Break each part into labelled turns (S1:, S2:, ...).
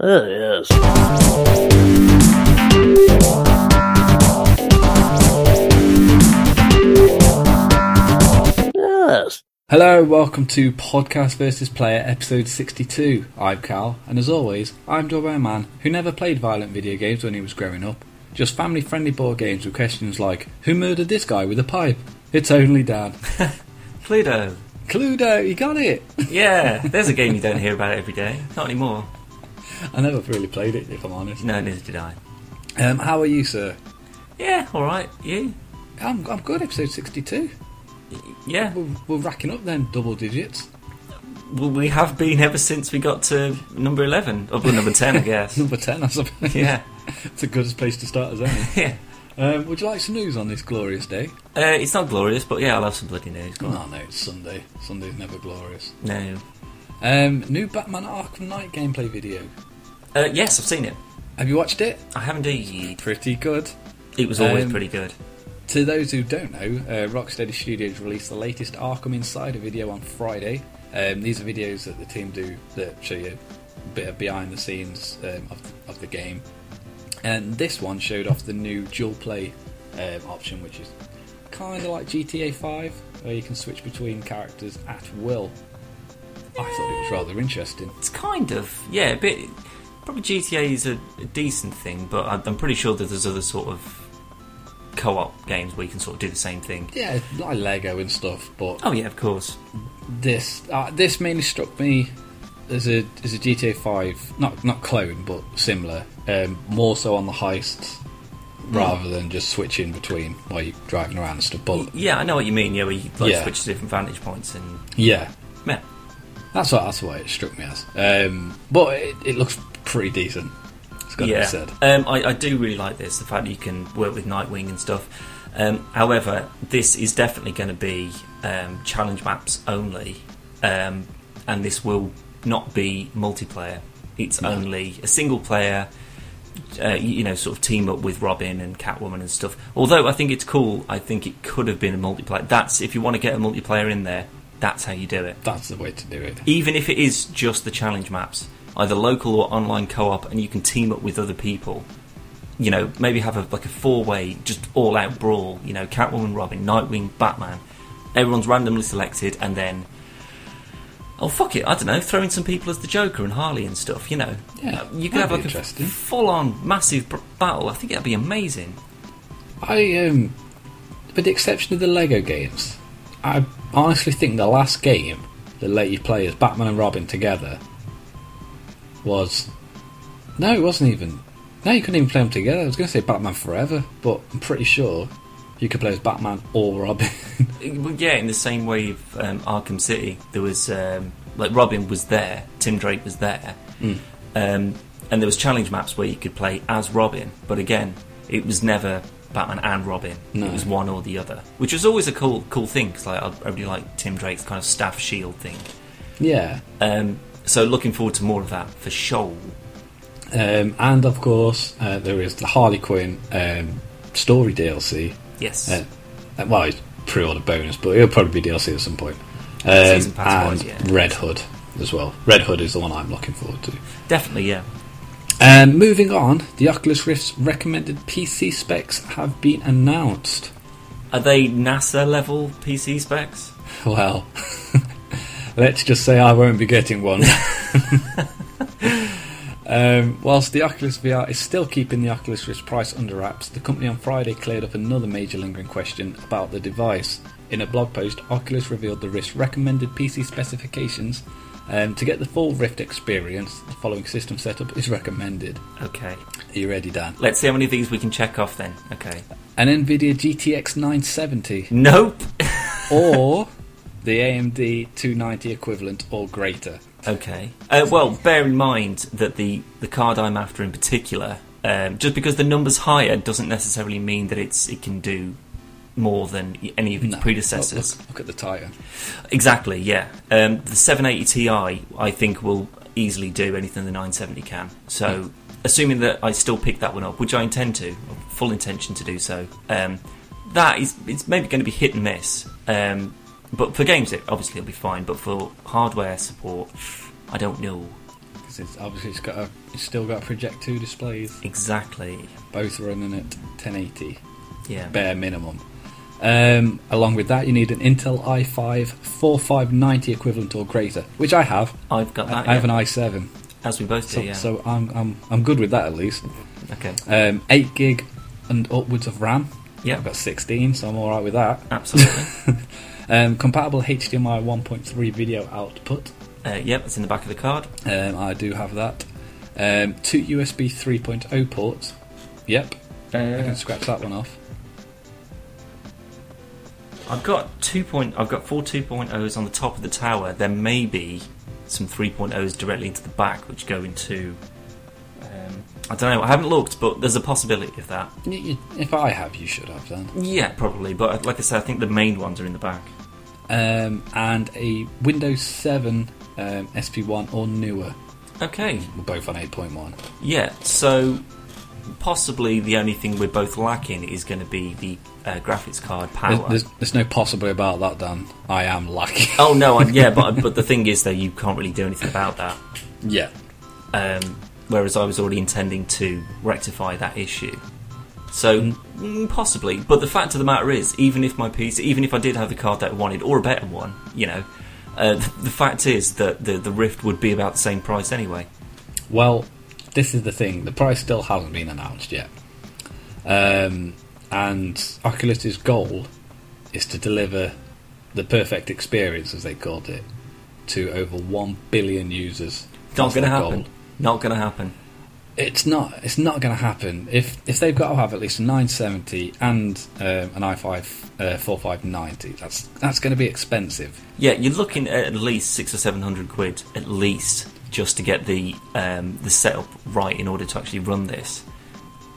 S1: There it is. Yes.
S2: Hello, welcome to Podcast versus Player episode 62. I'm Cal, and as always, I'm joined by a man who never played violent video games when he was growing up. Just family friendly board games with questions like Who murdered this guy with a pipe? It's only Dad.
S3: Cluedo.
S2: Cluedo, you got it!
S3: Yeah, there's a game you don't hear about every day. Not anymore.
S2: I never really played it, if I'm honest.
S3: No, neither did I.
S2: Um, how are you, sir?
S3: Yeah, all right. You?
S2: I'm, I'm good, episode 62.
S3: Yeah.
S2: We're, we're racking up then, double digits.
S3: Well, we have been ever since we got to number eleven, or well, number ten, I guess.
S2: Number 10, I suppose.
S3: Yeah.
S2: it's the goodest place to start as any.
S3: Yeah.
S2: Um, would you like some news on this glorious day?
S3: Uh, it's not glorious, but yeah, I'll have some bloody news. Go on.
S2: Oh no, it's Sunday. Sunday's never glorious.
S3: No.
S2: Um, new Batman Arkham Knight gameplay video.
S3: Uh, yes, I've seen it.
S2: Have you watched it?
S3: I have indeed.
S2: Pretty good.
S3: It was always
S2: Um,
S3: pretty good.
S2: To those who don't know, uh, Rocksteady Studios released the latest Arkham Insider video on Friday. Um, these are videos that the team do that show you a bit of behind the scenes um, of, of the game. And this one showed off the new dual play um, option, which is kind of like GTA 5, where you can switch between characters at will. I thought it was rather interesting.
S3: It's kind of yeah, a bit. Probably GTA is a, a decent thing, but I- I'm pretty sure that there's other sort of co-op games where you can sort of do the same thing.
S2: Yeah, like Lego and stuff, but
S3: Oh yeah, of course.
S2: this uh, this mainly struck me as a as a GTA Five, not not clone, but similar. Um, more so on the heists rather than just switching between while you're driving around and stuff. But
S3: Yeah, I know what you mean. Yeah, where you like
S2: Yeah.
S3: switch to different vantage points and
S2: yeah,
S3: yeah.
S2: that's what that's what it struck me as. Um, but it, it looks pretty decent. It's got to be said.
S3: Um, I, I do really like this, the fact that you can work with Nightwing and stuff. Um, however, this is definitely going to be um, challenge maps only, um, and this will not be multiplayer. It's only a single player, uh, you you know, sort of team up with Robin and Catwoman and stuff. Although I think it's cool, I think it could have been a multiplayer. That's if you want to get a multiplayer in there, that's how you do it
S2: That's the way to do it.
S3: even if it is just the challenge maps, either local or online co-op, and you can team up with other people. You know, maybe have a like a four-way, just all-out brawl. You know, Catwoman, Robin, Nightwing, Batman. Everyone's randomly selected, and then oh fuck it, I don't know, throw in some people as the Joker and Harley and stuff. You know,
S2: Yeah,
S3: Uh, you
S2: that'd
S3: could have
S2: be
S3: like a
S2: interesting.
S3: full-on massive br- battle. I think that'd be amazing.
S2: I um, with the exception of the Lego games, I honestly think the last game that let you play as Batman and Robin together was no, it wasn't even. No, you couldn't even play them together. I was going to say Batman Forever, but I'm pretty sure you could play as Batman or Robin.
S3: Well, yeah, in the same way of um, Arkham City, there was um, like Robin was there, Tim Drake was there, um, and there was challenge maps where you could play as Robin. But again, it was never Batman and Robin.
S2: No.
S3: It was one or the other, which was always a cool cool thing because like I I really like Tim Drake's kind of staff shield thing.
S2: yeah,
S3: Um, so looking forward to more of that for sure.
S2: um, and of course uh, there is the Harley Quinn um, story DLC.
S3: Yes,
S2: Uh, uh, well, it's pre-order bonus, but it'll probably be DLC at some point. Um,
S3: Season pass
S2: and
S3: wise, yeah.
S2: Red Hood as well. Red Hood is the one I'm looking forward to.
S3: definitely. Yeah,
S2: Um, moving on, the Oculus Rift's recommended PC specs have been announced.
S3: are they NASA level PC specs?
S2: Well, let's just say I won't be getting one. um, whilst the Oculus VR is still keeping the Oculus Rift's price under wraps, the company on Friday cleared up another major lingering question about the device. In a blog post, Oculus revealed the Rift's recommended PC specifications. Um, to get the full Rift experience, the following system setup is recommended.
S3: Okay,
S2: Are you ready, Dan?
S3: let's see how many of these we can check off then. Okay,
S2: An NVIDIA GTX 970
S3: nope.
S2: or the AMD 290 equivalent or greater.
S3: Okay. Uh, well, bear in mind that the, the card I'm after in particular, um, just because the number's higher doesn't necessarily mean that it's it can do more than i- any of its
S2: No.
S3: predecessors.
S2: Look, look, look at the Titan.
S3: Exactly, yeah. Um, the 780 Ti, I think, will easily do anything the 970 can. So, assuming that I still pick that one up, which I intend to, full intention to do so, um, that is it's maybe going to be hit and miss. Um, but for games, it obviously will be fine. But for hardware support, I don't know.
S2: 'Cause it's obviously it's got a, it's still got project two displays.
S3: Exactly.
S2: Both running at 1080
S3: Yeah.
S2: bare minimum. Um, along with that, you need an Intel i5 4590 equivalent or greater, which I have.
S3: I've got that.
S2: I have
S3: yeah.
S2: an i7,
S3: As we both do,
S2: so,
S3: yeah.
S2: so I'm, I'm I'm good with that at least.
S3: okay.
S2: Um, eight gig and upwards of RAM.
S3: Yeah.
S2: I've got 16, so I'm all right with that.
S3: Absolutely.
S2: Um, compatible HDMI 1.3 video output.
S3: uh, yep, it's in the back of the card.
S2: Um, I do have that. Um, two USB 3.0 ports. Yep, I can scratch that one off.
S3: I've got two point. I've got four 2.0s on the top of the tower. There may be some 3.0s directly into the back, which go into. Um, I don't know. I haven't looked, but there's a possibility of that.
S2: Y- y- If I have, you should have then.
S3: Yeah, probably. But uh, like I said, I think the main ones are in the back.
S2: Um, and a Windows 7 um, SP1 or newer.
S3: Okay.
S2: We're both on 8.1.
S3: Yeah. So possibly the only thing we're both lacking is going to be the uh, graphics card
S2: There's,
S3: power.
S2: there's, there's no possibly about that, Dan. I am lucky.
S3: Oh no, I, yeah, but but the thing is though, you can't really do anything about that.
S2: yeah.
S3: um, whereas I was already intending to rectify that issue. So mm, possibly, but the fact of the matter is, even if my PC, even if I did have the card that I wanted or a better one, you know, uh, the, the fact is that the the Rift would be about the same price anyway.
S2: Well, this is the thing. The price still hasn't been announced yet. Um, and Oculus's goal is to deliver the perfect experience, as they called it, to over 1 billion users.
S3: Not
S2: That's
S3: going to
S2: their
S3: happen.
S2: goal.
S3: Not going to happen.
S2: It's not. It's not going to happen. If if they've got to have at least a 970 and um, an i5 uh, 4590, that's that's going to be expensive.
S3: Yeah, you're looking at at least six or seven hundred quid, at least, just to get the um, the setup right in order to actually run this,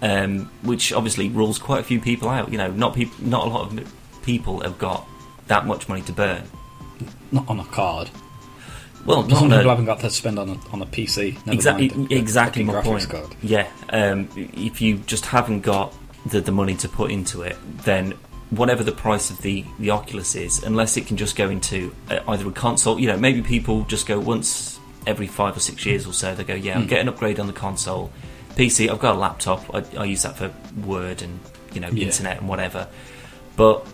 S3: um, which obviously rules quite a few people out. You know, not peop- not a lot of m- people have got that much money to burn.
S2: Not on a card.
S3: Well, not
S2: Some
S3: on a-
S2: people haven't got to spend on a, on a PC. never
S3: exactly
S2: mind a- a
S3: e, exactly
S2: fucking
S3: my point.
S2: graphics card.
S3: Yeah, um, if you just haven't got the, the money to put into it, then whatever the price of the, the Oculus is, unless it can just go into uh, either a console, you know, maybe people just go once every five or six years or so, they go, yeah, I'll
S2: Hmm.
S3: get an upgrade on the console. PC, I've got a laptop, I, I use that for Word and, you know,
S2: Yeah.
S3: internet and whatever. But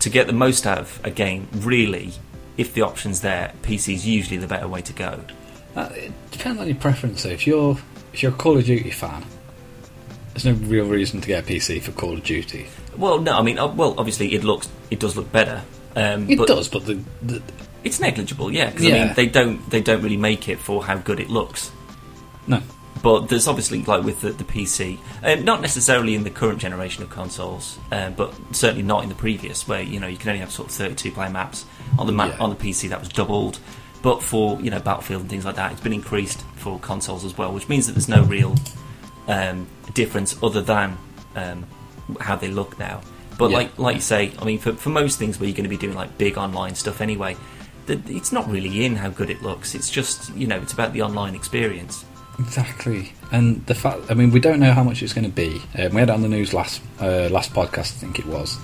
S3: to get the most out of a game, really, if the option's there, PC is usually the better way to go.
S2: Uh, it depends on your preference. Though. If you're if you're a Call of Duty fan, there's no real reason to get a PC for Call of Duty.
S3: Well, no, I mean, uh, well, obviously it looks, it does look better. Um,
S2: It
S3: but
S2: does, but the, the
S3: It's negligible, yeah. 'cause, I
S2: Yeah.
S3: mean, they don't, they don't really make it for how good it looks.
S2: no,
S3: But there's obviously like with the, the PC, um, not necessarily in the current generation of consoles, uh, but certainly not in the previous, where you know you can only have sort of 32 player maps on the map
S2: Yeah.
S3: on the PC that was doubled. But for you know Battlefield and things like that, it's been increased for consoles as well, which means that there's no real um, difference other than um, how they look now. But
S2: Yeah.
S3: like like you say, I mean, for, for most things where you're going to be doing like big online stuff anyway, the, it's not really in how good it looks. It's just you know it's about the online experience.
S2: exactly. And the fact, I mean, we don't know how much it's going to be. Um, we had it on the news last uh, last podcast, I think it was,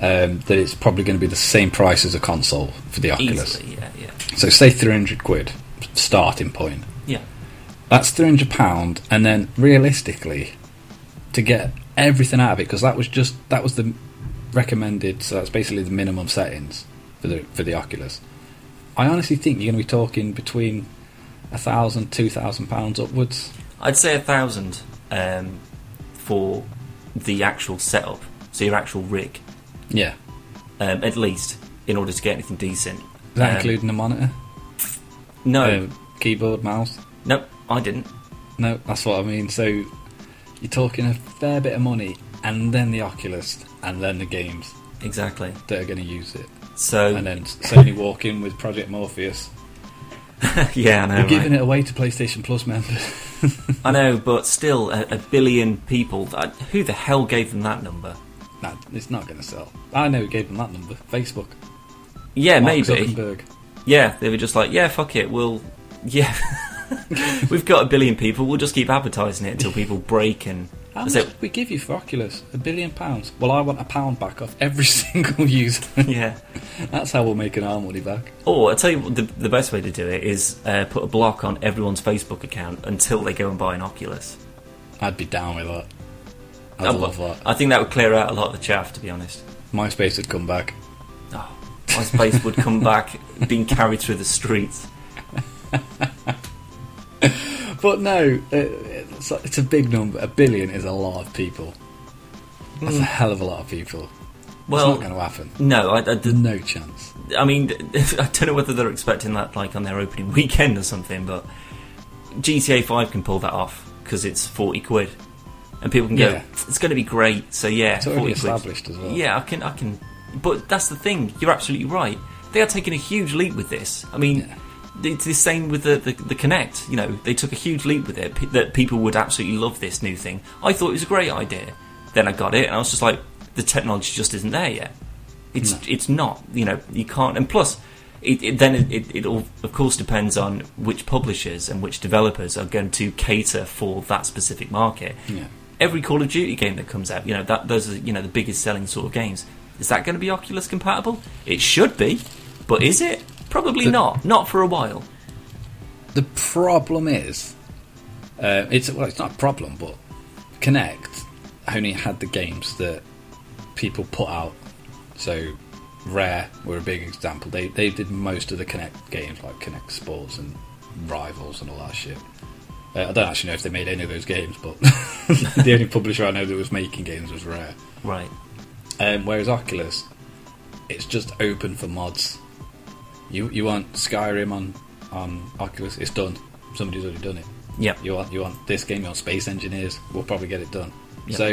S2: um, that it's probably going to be the same price as a console for the Oculus.
S3: Easily, yeah, yeah.
S2: So say 300 quid starting point.
S3: Yeah,
S2: That's 300 pound, and then realistically, to get everything out of it because that was just that was the recommended. So that's basically the minimum settings for the for the Oculus. I honestly think you're going to be talking between a thousand, two thousand pounds upwards.
S3: I'd say a thousand um, for the actual setup, so your actual rig,
S2: Yeah,
S3: um, at least, in order to get anything decent.
S2: Is that
S3: Um,
S2: including the monitor,
S3: No,
S2: Uh, keyboard, mouse.
S3: no, I didn't.
S2: No, that's what I mean. So you're talking a fair bit of money, and then the Oculus, and then the games
S3: Exactly.
S2: that are going to use it,
S3: So
S2: and then Sony walk in with Project Morpheus.
S3: yeah, I know.
S2: We're giving it
S3: right?
S2: away to PlayStation Plus members.
S3: I know, but still, a, a billion people. I, who the hell gave them that number?
S2: nah, it's not going to sell. I know who gave them that number. Facebook.
S3: Yeah,
S2: Mark
S3: maybe.
S2: Zuckerberg.
S3: Yeah, they were just like, yeah, fuck it, we'll, yeah, we've got a billion people, we'll just keep advertising it until people break and
S2: How much
S3: So-
S2: did we give you for Oculus? A billion pounds. Well, I want a pound back off every single user.
S3: Yeah.
S2: That's how we'll make an our money back.
S3: Or I Oh, tell you what, the, the best way to do it is uh, put a block on everyone's Facebook account until they go and buy an Oculus.
S2: I'd be down with that. I'd
S3: Oh,
S2: love
S3: well,
S2: that.
S3: I think that would clear out a lot of the chaff, to be honest.
S2: MySpace would come back.
S3: Oh, MySpace would come back being carried through the streets.
S2: But no, it, it's, it's a big number. A billion is a lot of people. That's a hell of a lot of people.
S3: Hmm. Well,
S2: it's not going to happen.
S3: no, I, I,
S2: There's no chance.
S3: I mean, I don't know whether they're expecting that like on their opening weekend or something, but GTA 5 can pull that off because it's 40 quid. And people can go,
S2: Yeah.
S3: it's going to be great. So yeah,
S2: It's already
S3: 40 quid.
S2: established as well.
S3: Yeah, I can, I can. But that's the thing. You're absolutely right. They are taking a huge leap with this. I mean,
S2: Yeah.
S3: it's the same with the, the the Connect. You know, they took a huge leap with it. P- that people would absolutely love this new thing. I thought it was a great idea. Then I got it, and I was just like, the technology just isn't there yet. It's
S2: No.
S3: it's not. You know, you can't. And plus, it, it then it, it, it all of course depends on which publishers and which developers are going to cater for that specific market
S2: Yeah.
S3: every Call of Duty game that comes out, you know, that those are you know the biggest selling sort of games. Is that going to be Oculus compatible? It should be, but is it? Probably
S2: The-
S3: not. Not for a while.
S2: The problem is, uh, it's well, it's not a problem, but Connect only had the games that people put out. So Rare were a big example. They they did most of the Connect games, like Connect Sports and Rivals and all that shit. Uh, I don't actually know if they made any of those games, but the only publisher I know that was making games was Rare.
S3: Right.
S2: Um, whereas Oculus, it's just open for mods. You you want Skyrim on on Oculus? It's done. Somebody's already done it.
S3: Yep.
S2: You want you want this game? You want Space Engineers? We'll probably get it done.
S3: Yep.
S2: So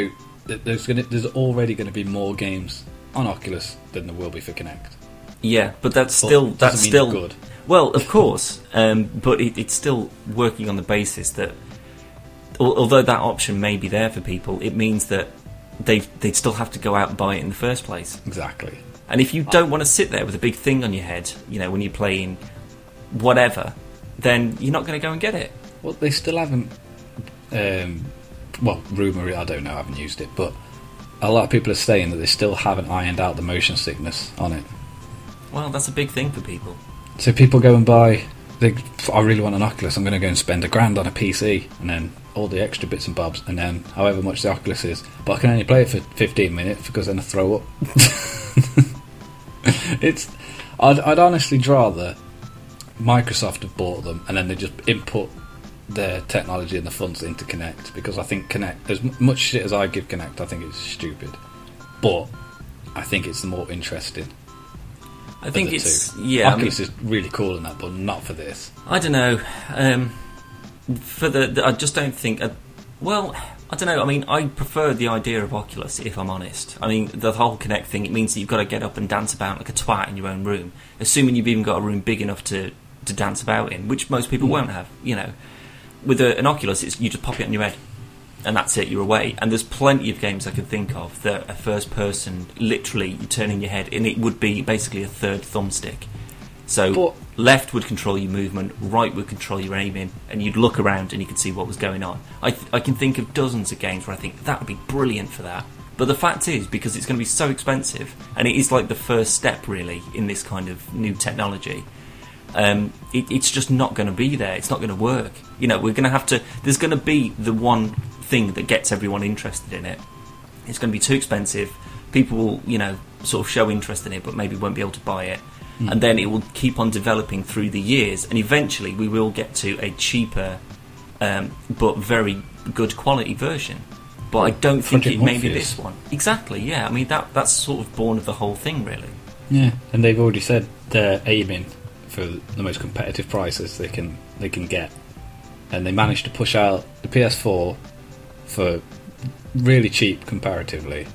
S2: th- there's gonna there's already going to be more games on Oculus than there will be for Connect.
S3: Yeah, but that's still
S2: doesn't
S3: that's
S2: mean
S3: still
S2: they're good.
S3: Well, of course, um, but it, it's still working on the basis that al- although that option may be there for people, it means that they they'd still have to go out and buy it in the first place.
S2: Exactly.
S3: And if you don't want to sit there with a big thing on your head, you know, when you're playing whatever, then you're not going to go and get it.
S2: Well, they still haven't. Um, well, rumor. I don't know. I haven't used it, but a lot of people are saying that they still haven't ironed out the motion sickness on it.
S3: Well, that's a big thing for people.
S2: So people go and buy. They, I really want an Oculus. I'm going to go and spend a grand on a PC, and then all the extra bits and bobs, and then however much the Oculus is. But I can only play it for 15 minutes because then I throw up. it's. I'd, I'd honestly rather Microsoft have bought them, and then they just input their technology and the funds into Connect because I think Connect, as m- much shit as I give Connect, I think it's stupid, but I think it's more interesting.
S3: I think
S2: the
S3: it's
S2: two.
S3: yeah. I, mean,
S2: Oculus is really cool in that, but not for this.
S3: I don't know. Um, for the, the, I just don't think. Uh, well, I don't know. I mean, I prefer the idea of Oculus. If I'm honest, I mean the whole Connect thing. It means that you've got to get up and dance about like a twat in your own room, assuming you've even got a room big enough to to dance about in, which most people
S2: Hmm.
S3: won't have. You know, with a, an Oculus, it's you just pop it on your head. and that's it, you're away. And there's plenty of games I can think of that are first person, literally, you turn in your head, and it would be basically a third thumbstick. So
S2: But-
S3: left would control your movement, right would control your aiming, and you'd look around and you could see what was going on. I, th- I can think of dozens of games where I think that would be brilliant for that. But the fact is, because it's going to be so expensive, and it is like the first step really in this kind of new technology, um, it, it's just not going to be there. It's not going to work. You know, we're going to have to. There's going to be the one thing that gets everyone interested in it. It's going to be too expensive. People will, you know, sort of show interest in it, but maybe won't be able to buy it.
S2: Hmm.
S3: And then it will keep on developing through the years, and eventually we will get to a cheaper, um, but very good quality version. But I don't think
S2: Project
S3: it may be
S2: Morpheus.
S3: this one. Exactly. Yeah. I mean that that's sort of born of the whole thing, really.
S2: Yeah, and they've already said they're aiming for the most competitive prices they can they can get, and they managed to push out the PS4 for really cheap comparatively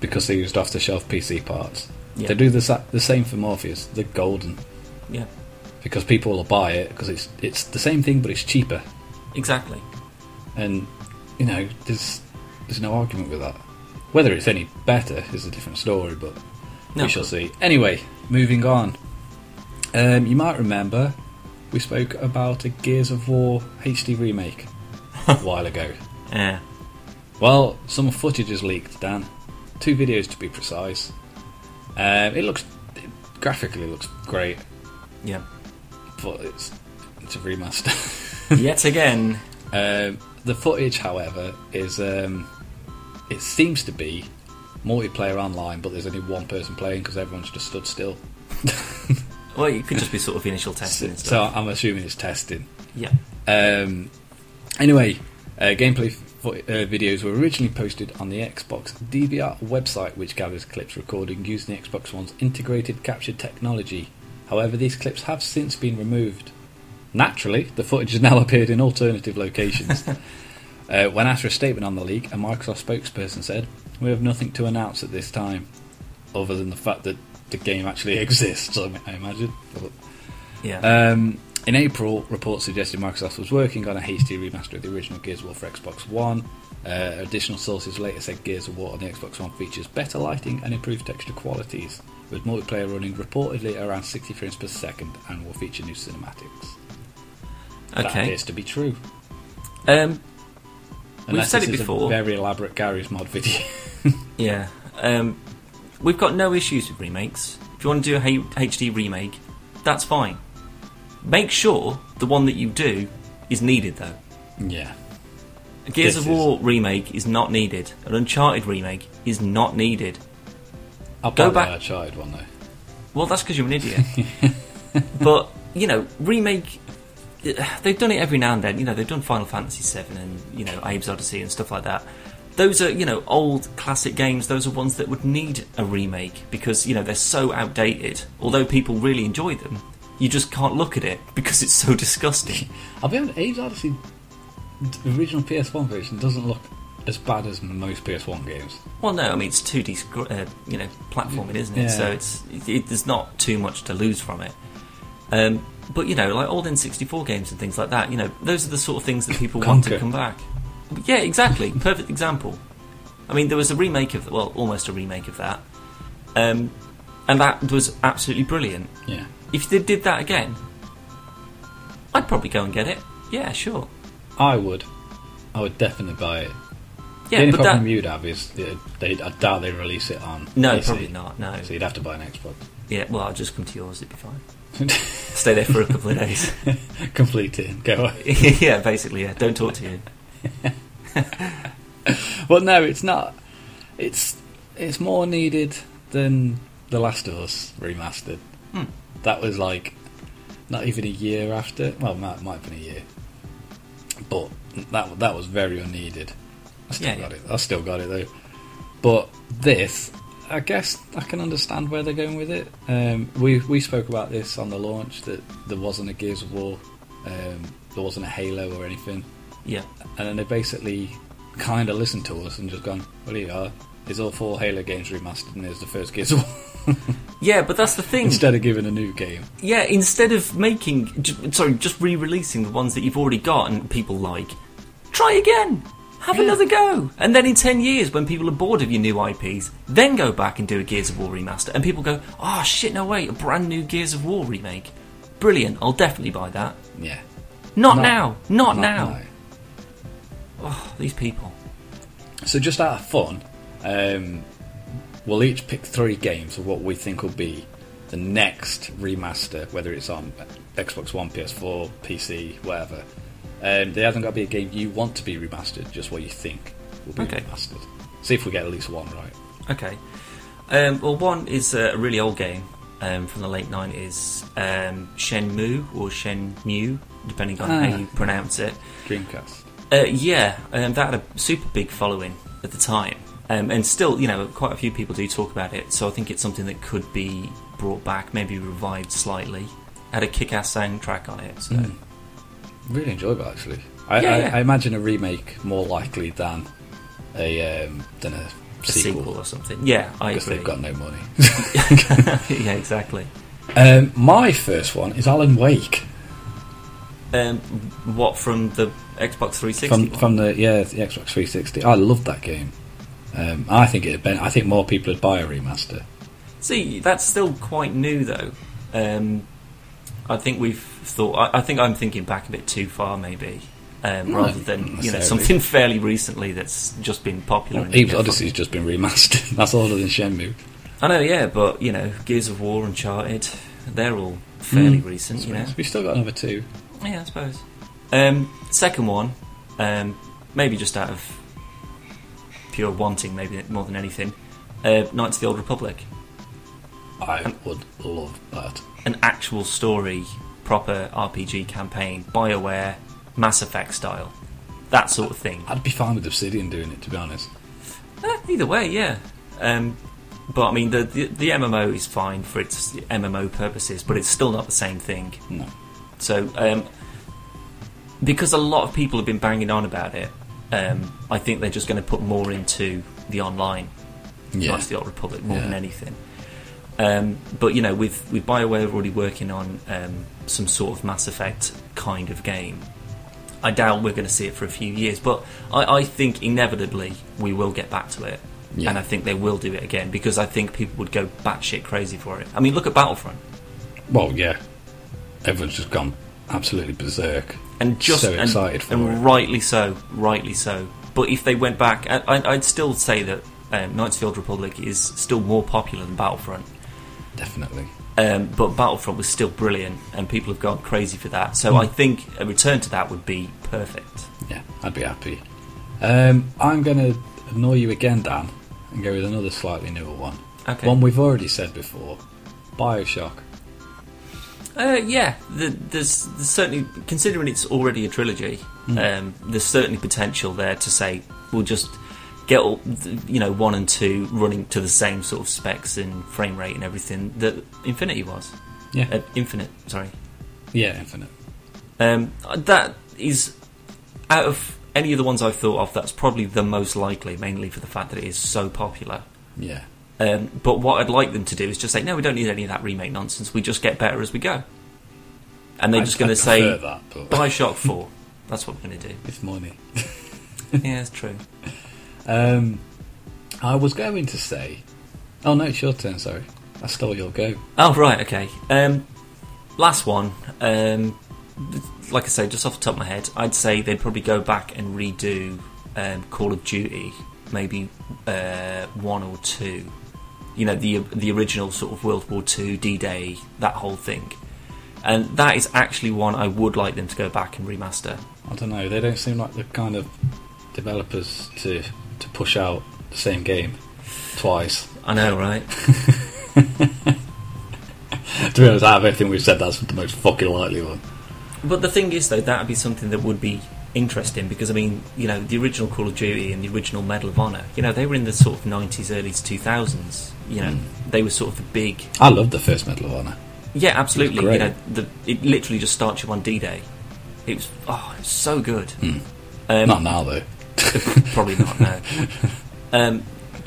S2: because they used off the shelf PC parts.
S3: Yeah.
S2: They do the sa- the same for Morpheus. They're golden
S3: Yeah.
S2: because people will buy it because it's it's the same thing but it's cheaper,
S3: Exactly.
S2: and you know there's there's no argument with that. Whether it's any better is a different story, but
S3: No.
S2: we shall see. Anyway, moving on. Um, you might remember we spoke about a Gears of War HD remake a while ago.
S3: Yeah.
S2: Well, some footage is leaked, Dan. Two videos to be precise. Um, it looks it graphically looks great,
S3: Yeah.
S2: but it's it's a remaster.
S3: Yet again,
S2: um, the footage, however, is um, it seems to be multiplayer online, but there's only one person playing because everyone's just stood still.
S3: well, it could just be sort of initial testing
S2: So,
S3: and stuff.
S2: so I'm assuming it's testing.
S3: yeah.
S2: Um, anyway, uh, gameplay fo- uh, videos were originally posted on the Xbox DVR website, which gathers clips recording using the Xbox One's integrated capture technology. However, these clips have since been removed. Naturally, the footage has now appeared in alternative locations. uh, when asked for a statement on the leak, a Microsoft spokesperson said, We have nothing to announce at this time, other than the fact that the game actually exists, I I imagine. But-
S3: Yeah.
S2: um, in April, reports suggested Microsoft was working on a HD remaster of the original Gears of War for Xbox One. Uh, additional sources later said Gears of War on the Xbox One features better lighting and improved texture qualities, with multiplayer running reportedly around 60 frames per second and will feature new cinematics. That
S3: okay.
S2: appears to be true.
S3: Um,
S2: Unless
S3: said
S2: this
S3: it
S2: is a
S3: before.
S2: very elaborate Gary's mod video.
S3: yeah. Um, we've got no issues with remakes. If you want to do a H- HD remake, that's fine. Make sure the one that you do is needed, though.
S2: yeah.
S3: A Gears
S2: This
S3: of
S2: is-
S3: War remake is not needed. An Uncharted remake is not needed.
S2: I'll
S3: Go
S2: probably
S3: back-
S2: buy a child one though.
S3: Well, that's because you're an idiot. but you know, remake. They've done it every now and then. You know, they've done Final Fantasy VII and you know Abe's Odyssey and stuff like that. Those are you know old classic games. Those are ones that would need a remake because you know they're so outdated. Although people really enjoy them, you just can't look at it because it's so disgusting.
S2: I'll be honest, Abe's Odyssey, the original PS1 version doesn't look as bad as most PS1 games.
S3: Well, no, I mean it's 2D, scr- uh, you know, platforming, isn't it?
S2: Yeah.
S3: So it's it, it, there's not too much to lose from it. Um, but you know, like old N64 games and things like that, you know, those are the sort of things that people want to
S2: Conker.
S3: come back. Yeah, exactly. Perfect example. I mean, there was a remake of well, almost a remake of that, um, and that was absolutely brilliant.
S2: Yeah.
S3: If they did that again, I'd probably go and get it. Yeah, sure.
S2: I would. I would definitely buy it. the
S3: Yeah,
S2: only
S3: but
S2: problem
S3: that
S2: you'd have is that they, I doubt they release it on.
S3: no,
S2: PC.
S3: probably not. No.
S2: So you'd have to buy an Xbox.
S3: Yeah, well, I'll just come to yours. It'd be fine. Stay there for a couple of days.
S2: Complete it and go away.
S3: yeah, basically, yeah. Don't talk to you.
S2: Well, no, it's not. It's it's more needed than The Last of Us remastered.
S3: Hmm.
S2: That was like not even a year after. Well, might might have been a year, but that that was very unneeded. I still
S3: Yeah,
S2: got it. I still got it though. But this, I guess, I can understand where they're going with it. Um, we we spoke about this on the launch that there wasn't a Gears of War, um, there wasn't a Halo or anything,
S3: Yeah,
S2: and then they basically kind of listened to us and just gone, "Well, here you are. There's all four Halo games remastered, and there's the first Gears of War."
S3: yeah, but that's the thing.
S2: Instead of giving a new game,
S3: yeah, instead of making, j- sorry, just re-releasing the ones that you've already got and people like, try again, have
S2: Yeah.
S3: another go, and then in ten years, when people are bored of your new IPs, then go back and do a Gears of War remaster, and people go, oh shit, no way, a brand new Gears of War remake, brilliant, I'll definitely buy that.
S2: yeah.
S3: Not,
S2: Not-
S3: now, not, now.
S2: now.
S3: Oh, these people.
S2: So just out of fun, um, we'll each pick three games of what we think will be the next remaster, whether it's on Xbox One, PS4, PC, whatever. Um, they haven't got to be a game you want to be remastered, just what you think will be
S3: Okay.
S2: remastered. See if we get at least one right.
S3: Okay. Um, well, one is uh, a really old game um, from the late 90s, um, Shenmue or Shenmue, depending on how
S2: Ah.
S3: you pronounce it.
S2: Dreamcast.
S3: Uh, yeah, um, that had a super big following at the time. Um, and still, you know, quite a few people do talk about it, so I think it's something that could be brought back, maybe revived slightly. Had a kick ass soundtrack on it, so.
S2: Mm. Really enjoyable, actually. I,
S3: Yeah,
S2: I,
S3: yeah.
S2: I imagine a remake more likely than a um, than a,
S3: A sequel.
S2: sequel
S3: or something. Yeah, I
S2: because
S3: agree.
S2: they've got no money.
S3: yeah, exactly.
S2: um, my first one is Alan Wake.
S3: Um, what from the Xbox 360?
S2: from
S3: one?
S2: from the yeah the Xbox 360. I loved that game. Um, I think it. Ben- I think more people would buy a remaster.
S3: See, that's still quite new, though. Um, I think we've thought. I, I think I'm thinking back a bit too far, maybe. um,
S2: No,
S3: rather than you know
S2: necessarily.
S3: something fairly recently that's just been popular. in the
S2: Eve's
S3: general-
S2: Odyssey's just been remastered. That's older than Shenmue.
S3: I know, yeah, but you know, Gears of War, Uncharted, they're all fairly
S2: Mm.
S3: recent. You know,
S2: We've still got another two.
S3: yeah, I suppose. Um, second one, um, maybe just out of pure wanting, maybe more than anything, uh, Knights of the Old Republic,
S2: I would love that.
S3: an actual story, proper RPG campaign, Bioware, Mass Effect style, that sort of thing.
S2: I'd be fine with Obsidian doing it, to be honest.
S3: Eh, either way, yeah. Um, but I mean, the, the the MMO is fine for its MMO purposes, but it's still not the same thing.
S2: No.
S3: So, um, because a lot of people have been banging on about it, um, I think they're just going to put more into the online,
S2: Yeah.
S3: Knights of the Old Republic, more than
S2: Yeah.
S3: anything. Um, but you know, with with Bioware already working on um, some sort of Mass Effect kind of game, I doubt we're going to see it for a few years. But I, I think inevitably we will get back to it,
S2: Yeah.
S3: and I think they will do it again because I think people would go batshit crazy for it. I mean, look at Battlefront.
S2: Well, yeah. Everyone's just gone absolutely berserk.
S3: and just
S2: So
S3: and-
S2: excited for
S3: and
S2: it.
S3: rightly so, rightly so. But if they went back, I, I- I'd still say that um, Knights of the Old Republic is still more popular than Battlefront.
S2: Definitely.
S3: Um, but Battlefront was still brilliant, and people have gone crazy for that. So
S2: Hmm.
S3: I think a return to that would be perfect.
S2: Yeah, I'd be happy. Um, I'm going to annoy you again, Dan, and go with another slightly newer one.
S3: Okay.
S2: One we've already said before Bioshock.
S3: Uh, yeah, the, there's, there's certainly considering it's already a trilogy.
S2: Hmm.
S3: Um, there's certainly potential there to say we'll just get all, th- you know one and two running to the same sort of specs and frame rate and everything that Infinity was.
S2: Yeah.
S3: uh, Infinite, sorry.
S2: yeah, Infinite.
S3: Um, that is out of any of the ones I've thought of, that's probably the most likely, mainly for the fact that it is so popular.
S2: Yeah.
S3: Um, but what I'd like them to do is just say, no, we don't need any of that remake nonsense. We just get better as we go. And they're
S2: I'd-
S3: just going to
S2: I'd
S3: say,
S2: prefer that, but
S3: Bioshock 4. That's what we're going to do.
S2: it's money.
S3: Yeah, it's true.
S2: Um, I was going to say. Oh no, it's your turn. Sorry, I stole your go.
S3: Oh, right, okay. Um, last one. Um, like I say, just off the top of my head, I'd say they'd probably go back and redo um, Call of Duty, maybe uh, one or two. You know, the the original sort of World War Two, D Day, that whole thing. And that is actually one I would like them to go back and remaster.
S2: I don't know. They don't seem like the kind of developers to to push out the same game twice.
S3: I know, right?
S2: to be honest, out of everything we've said, that's the most fucking likely one.
S3: But the thing is, though, that would be something that would be interesting because I mean, you know, the original Call of Duty and the original Medal of Honor, you know, they were in the sort of nineties, early two thousands. You know, they were sort of the big.
S2: I love the first Medal of Honor.
S3: Yeah, absolutely. You
S2: great.
S3: know, the, it literally just starts you on D Day. It was oh, it's so good. Um,
S2: Not now though.
S3: probably not no. um,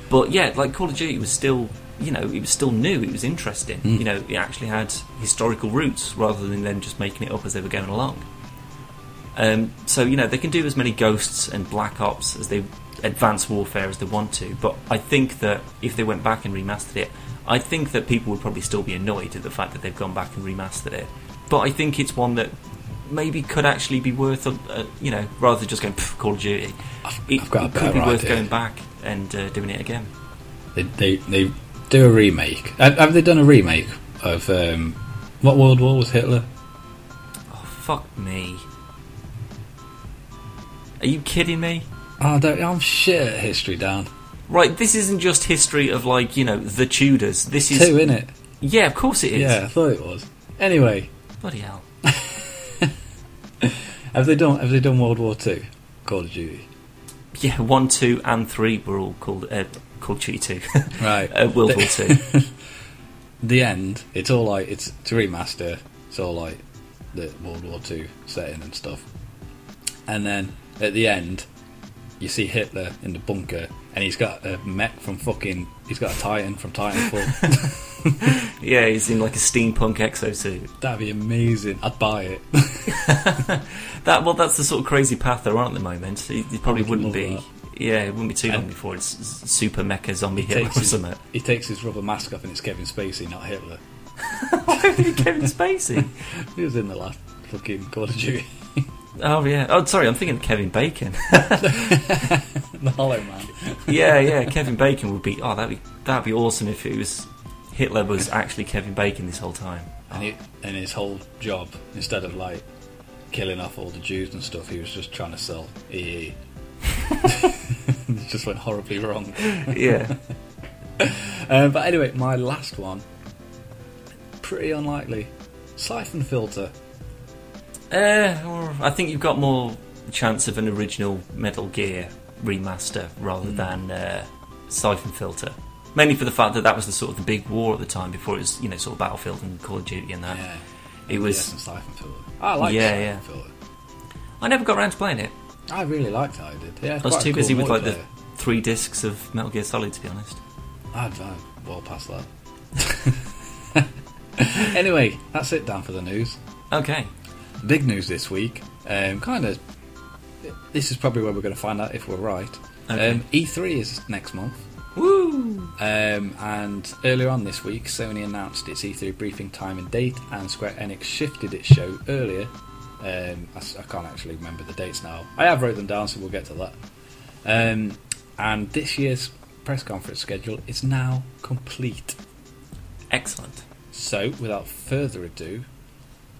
S3: but yeah, like Call of Duty was still, you know, it was still new. It was interesting. You know, it actually had historical roots rather than them just making it up as they were going along. Um, so you know, they can do as many ghosts and black ops as they advance warfare as they want to. But I think that if they went back and remastered it, I think that people would probably still be annoyed at the fact that they've gone back and remastered it. But I think it's one that maybe could actually be worth, a, a, you know, rather than just going "Pff, Call of Duty
S2: I've,
S3: it,
S2: I've got a
S3: it could be
S2: better
S3: worth
S2: idea.
S3: going back and uh, doing it again.
S2: They, they they do a remake. Have, have they done a remake of um, what World War was Hitler?
S3: Oh, fuck me. Are you kidding me?
S2: Oh, I don't. I'm shit at history, Dan.
S3: Right, this isn't just history of like you know the Tudors. This is
S2: Two in it.
S3: yeah, of course it is.
S2: Yeah, I thought it was. Anyway,
S3: Bloody hell.
S2: have they done have they done World War Two? Call of Duty.
S3: Yeah, one, two, and three were all called uh, called Duty two.
S2: Right.
S3: uh, World War two.
S2: the end. It's all like it's to remaster. It's all like the World War Two setting and stuff. And then at the end, you see Hitler in the bunker, and he's got a mech from fucking. He's got a Titan from Titanfall.
S3: Yeah, he's in like a steampunk exosuit.
S2: That'd be amazing. I'd buy it.
S3: That well, that's the sort of crazy path they're on at the moment. It, it probably
S2: would
S3: wouldn't
S2: love
S3: be.
S2: that.
S3: Yeah, it wouldn't be too long
S2: And-
S3: before it's s- super mecha zombie
S2: He
S3: Hitler
S2: takes
S3: or
S2: his-
S3: something.
S2: He takes his rubber mask off, and it's Kevin Spacey, not Hitler.
S3: Kevin Spacey.
S2: He was in the last fucking Call of Duty.
S3: Oh yeah. Oh sorry, I'm thinking Kevin Bacon.
S2: the Hollow Man.
S3: yeah, yeah. Kevin Bacon would be. Oh, that'd be that'd be awesome if it was Hitler was actually Kevin Bacon this whole time.
S2: And, he, and his whole job, instead of like killing off all the Jews and stuff, he was just trying to sell EE. it just went horribly wrong.
S3: Yeah.
S2: Um, but anyway, my last one, pretty unlikely, siphon filter.
S3: Uh, or- I think you've got more chance of an original Metal Gear remaster
S2: Hmm.
S3: rather than uh, Siphon Filter. Mainly for the fact that that was the sort of the big war at the time before it was you know sort of Battlefield and Call of Duty and that.
S2: Yeah,
S3: It
S2: yeah,
S3: was.
S2: some siphon filter. I like
S3: Yeah,
S2: siphon
S3: yeah.
S2: filter.
S3: I never got around to playing it.
S2: I really liked that I did. Yeah,
S3: I was too busy with like the three discs of Metal Gear Solid to be honest.
S2: I'd, i well past that. anyway, that's it down for the news.
S3: Okay.
S2: Big news this week. Um, kind of. This is probably where we're going to find out if we're right.
S3: Okay.
S2: Um, E3 is next month.
S3: Woo.
S2: Um, and earlier on this week, Sony announced its E3 briefing time and date, and Square Enix shifted its show earlier. Um, I, s- I can't actually remember the dates now. I have wrote them down, so we'll get to that. Um, and this year's press conference schedule is now complete.
S3: Excellent.
S2: So, without further ado,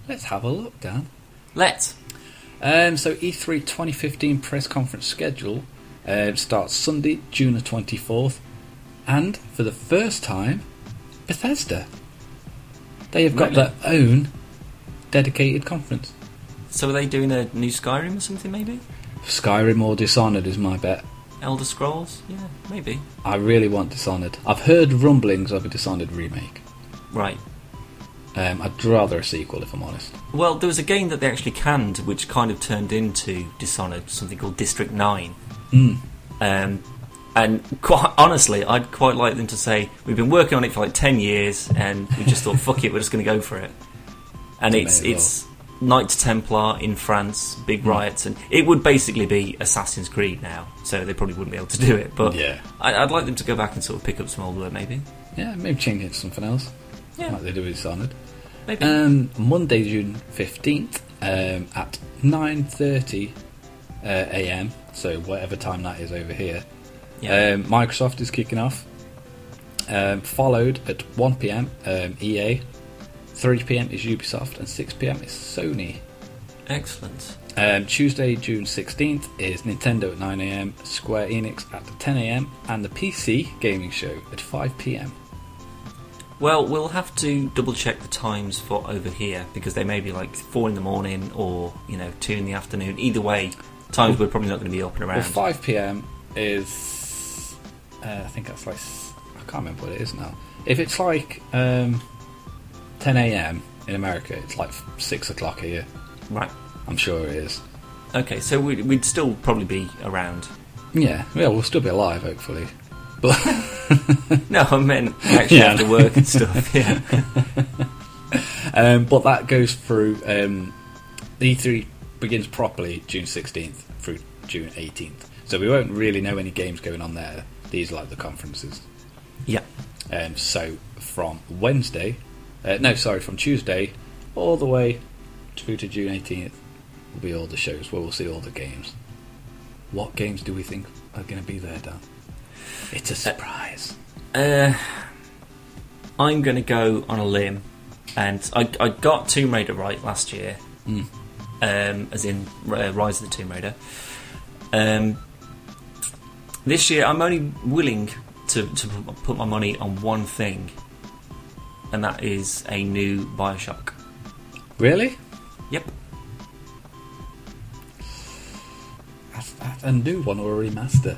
S2: let's have a look, Dan.
S3: Let's.
S2: Um, so E3 2015 press conference schedule um, starts Sunday, June the 24th, and for the first time, Bethesda. They have got
S3: Really?
S2: their own dedicated conference.
S3: So are they doing a new Skyrim or something maybe?
S2: Skyrim or Dishonored is my bet.
S3: Elder Scrolls? Yeah, maybe.
S2: I really want Dishonored. I've heard rumblings of a Dishonored remake.
S3: Right.
S2: Um, I'd rather a sequel, if I'm honest.
S3: Well, there was a game that they actually canned, which kind of turned into Dishonored, something called District Nine.
S2: Mm.
S3: Um, and quite honestly, I'd quite like them to say we've been working on it for like ten years, and we just thought, fuck it, we're just going to go for it. And
S2: They
S3: it's
S2: may as Hmm.
S3: it's Knights Templar in France, big riots, and it would basically be Assassin's Creed now. So they probably wouldn't be able to do it, but
S2: Yeah.
S3: I, I'd like them to go back and sort of pick up some old work, maybe.
S2: Yeah, maybe change it to something else,
S3: Yeah,
S2: like they do with Dishonored.
S3: maybe.
S2: Um, Monday, June fifteenth, um, at nine thirty uh, a.m. So whatever time that is over here,
S3: yeah.
S2: um, Microsoft is kicking off. Um, followed at one p.m. Um, EA, three p.m. is Ubisoft, and six p.m. is Sony.
S3: Excellent.
S2: Um, Tuesday, June sixteenth, is Nintendo at nine a.m., Square Enix at ten a.m., and the PC Gaming Show at five p.m.
S3: Well, we'll have to double check the times for over here because they may be like four in the morning or you know two in the afternoon. Either way, times we're probably not going to be up and
S2: Well,
S3: around.
S2: 5 p.m. is. Uh, I think that's like. s- I can't remember what it is now. If it's like um, 10 a.m. in America, it's like 6 o'clock here.
S3: Right.
S2: I'm sure it is.
S3: Okay, so we'd, we'd still probably be around.
S2: Yeah, yeah, we'll still be alive, hopefully.
S3: No, I meant actually
S2: Yeah.
S3: have to work and stuff. Yeah.
S2: Um, but that goes through. Um, the E3 begins properly June 16th through June 18th. So we won't really know any games going on there. These are like the conferences.
S3: yeah.
S2: Um, so from Wednesday, uh, no, sorry, from Tuesday all the way through to June 18th will be all the shows where we'll see all the games. What games do we think are going to be there, Dan? It's a surprise.
S3: Uh, I'm going to go on a limb, and I, I got Tomb Raider right last year,
S2: Mm.
S3: um, as in uh, Rise of the Tomb Raider. Um, this year, I'm only willing to, to p- put my money on one thing, and that is a new Bioshock.
S2: Really?
S3: Yep.
S2: That's, that's a new one or a remaster?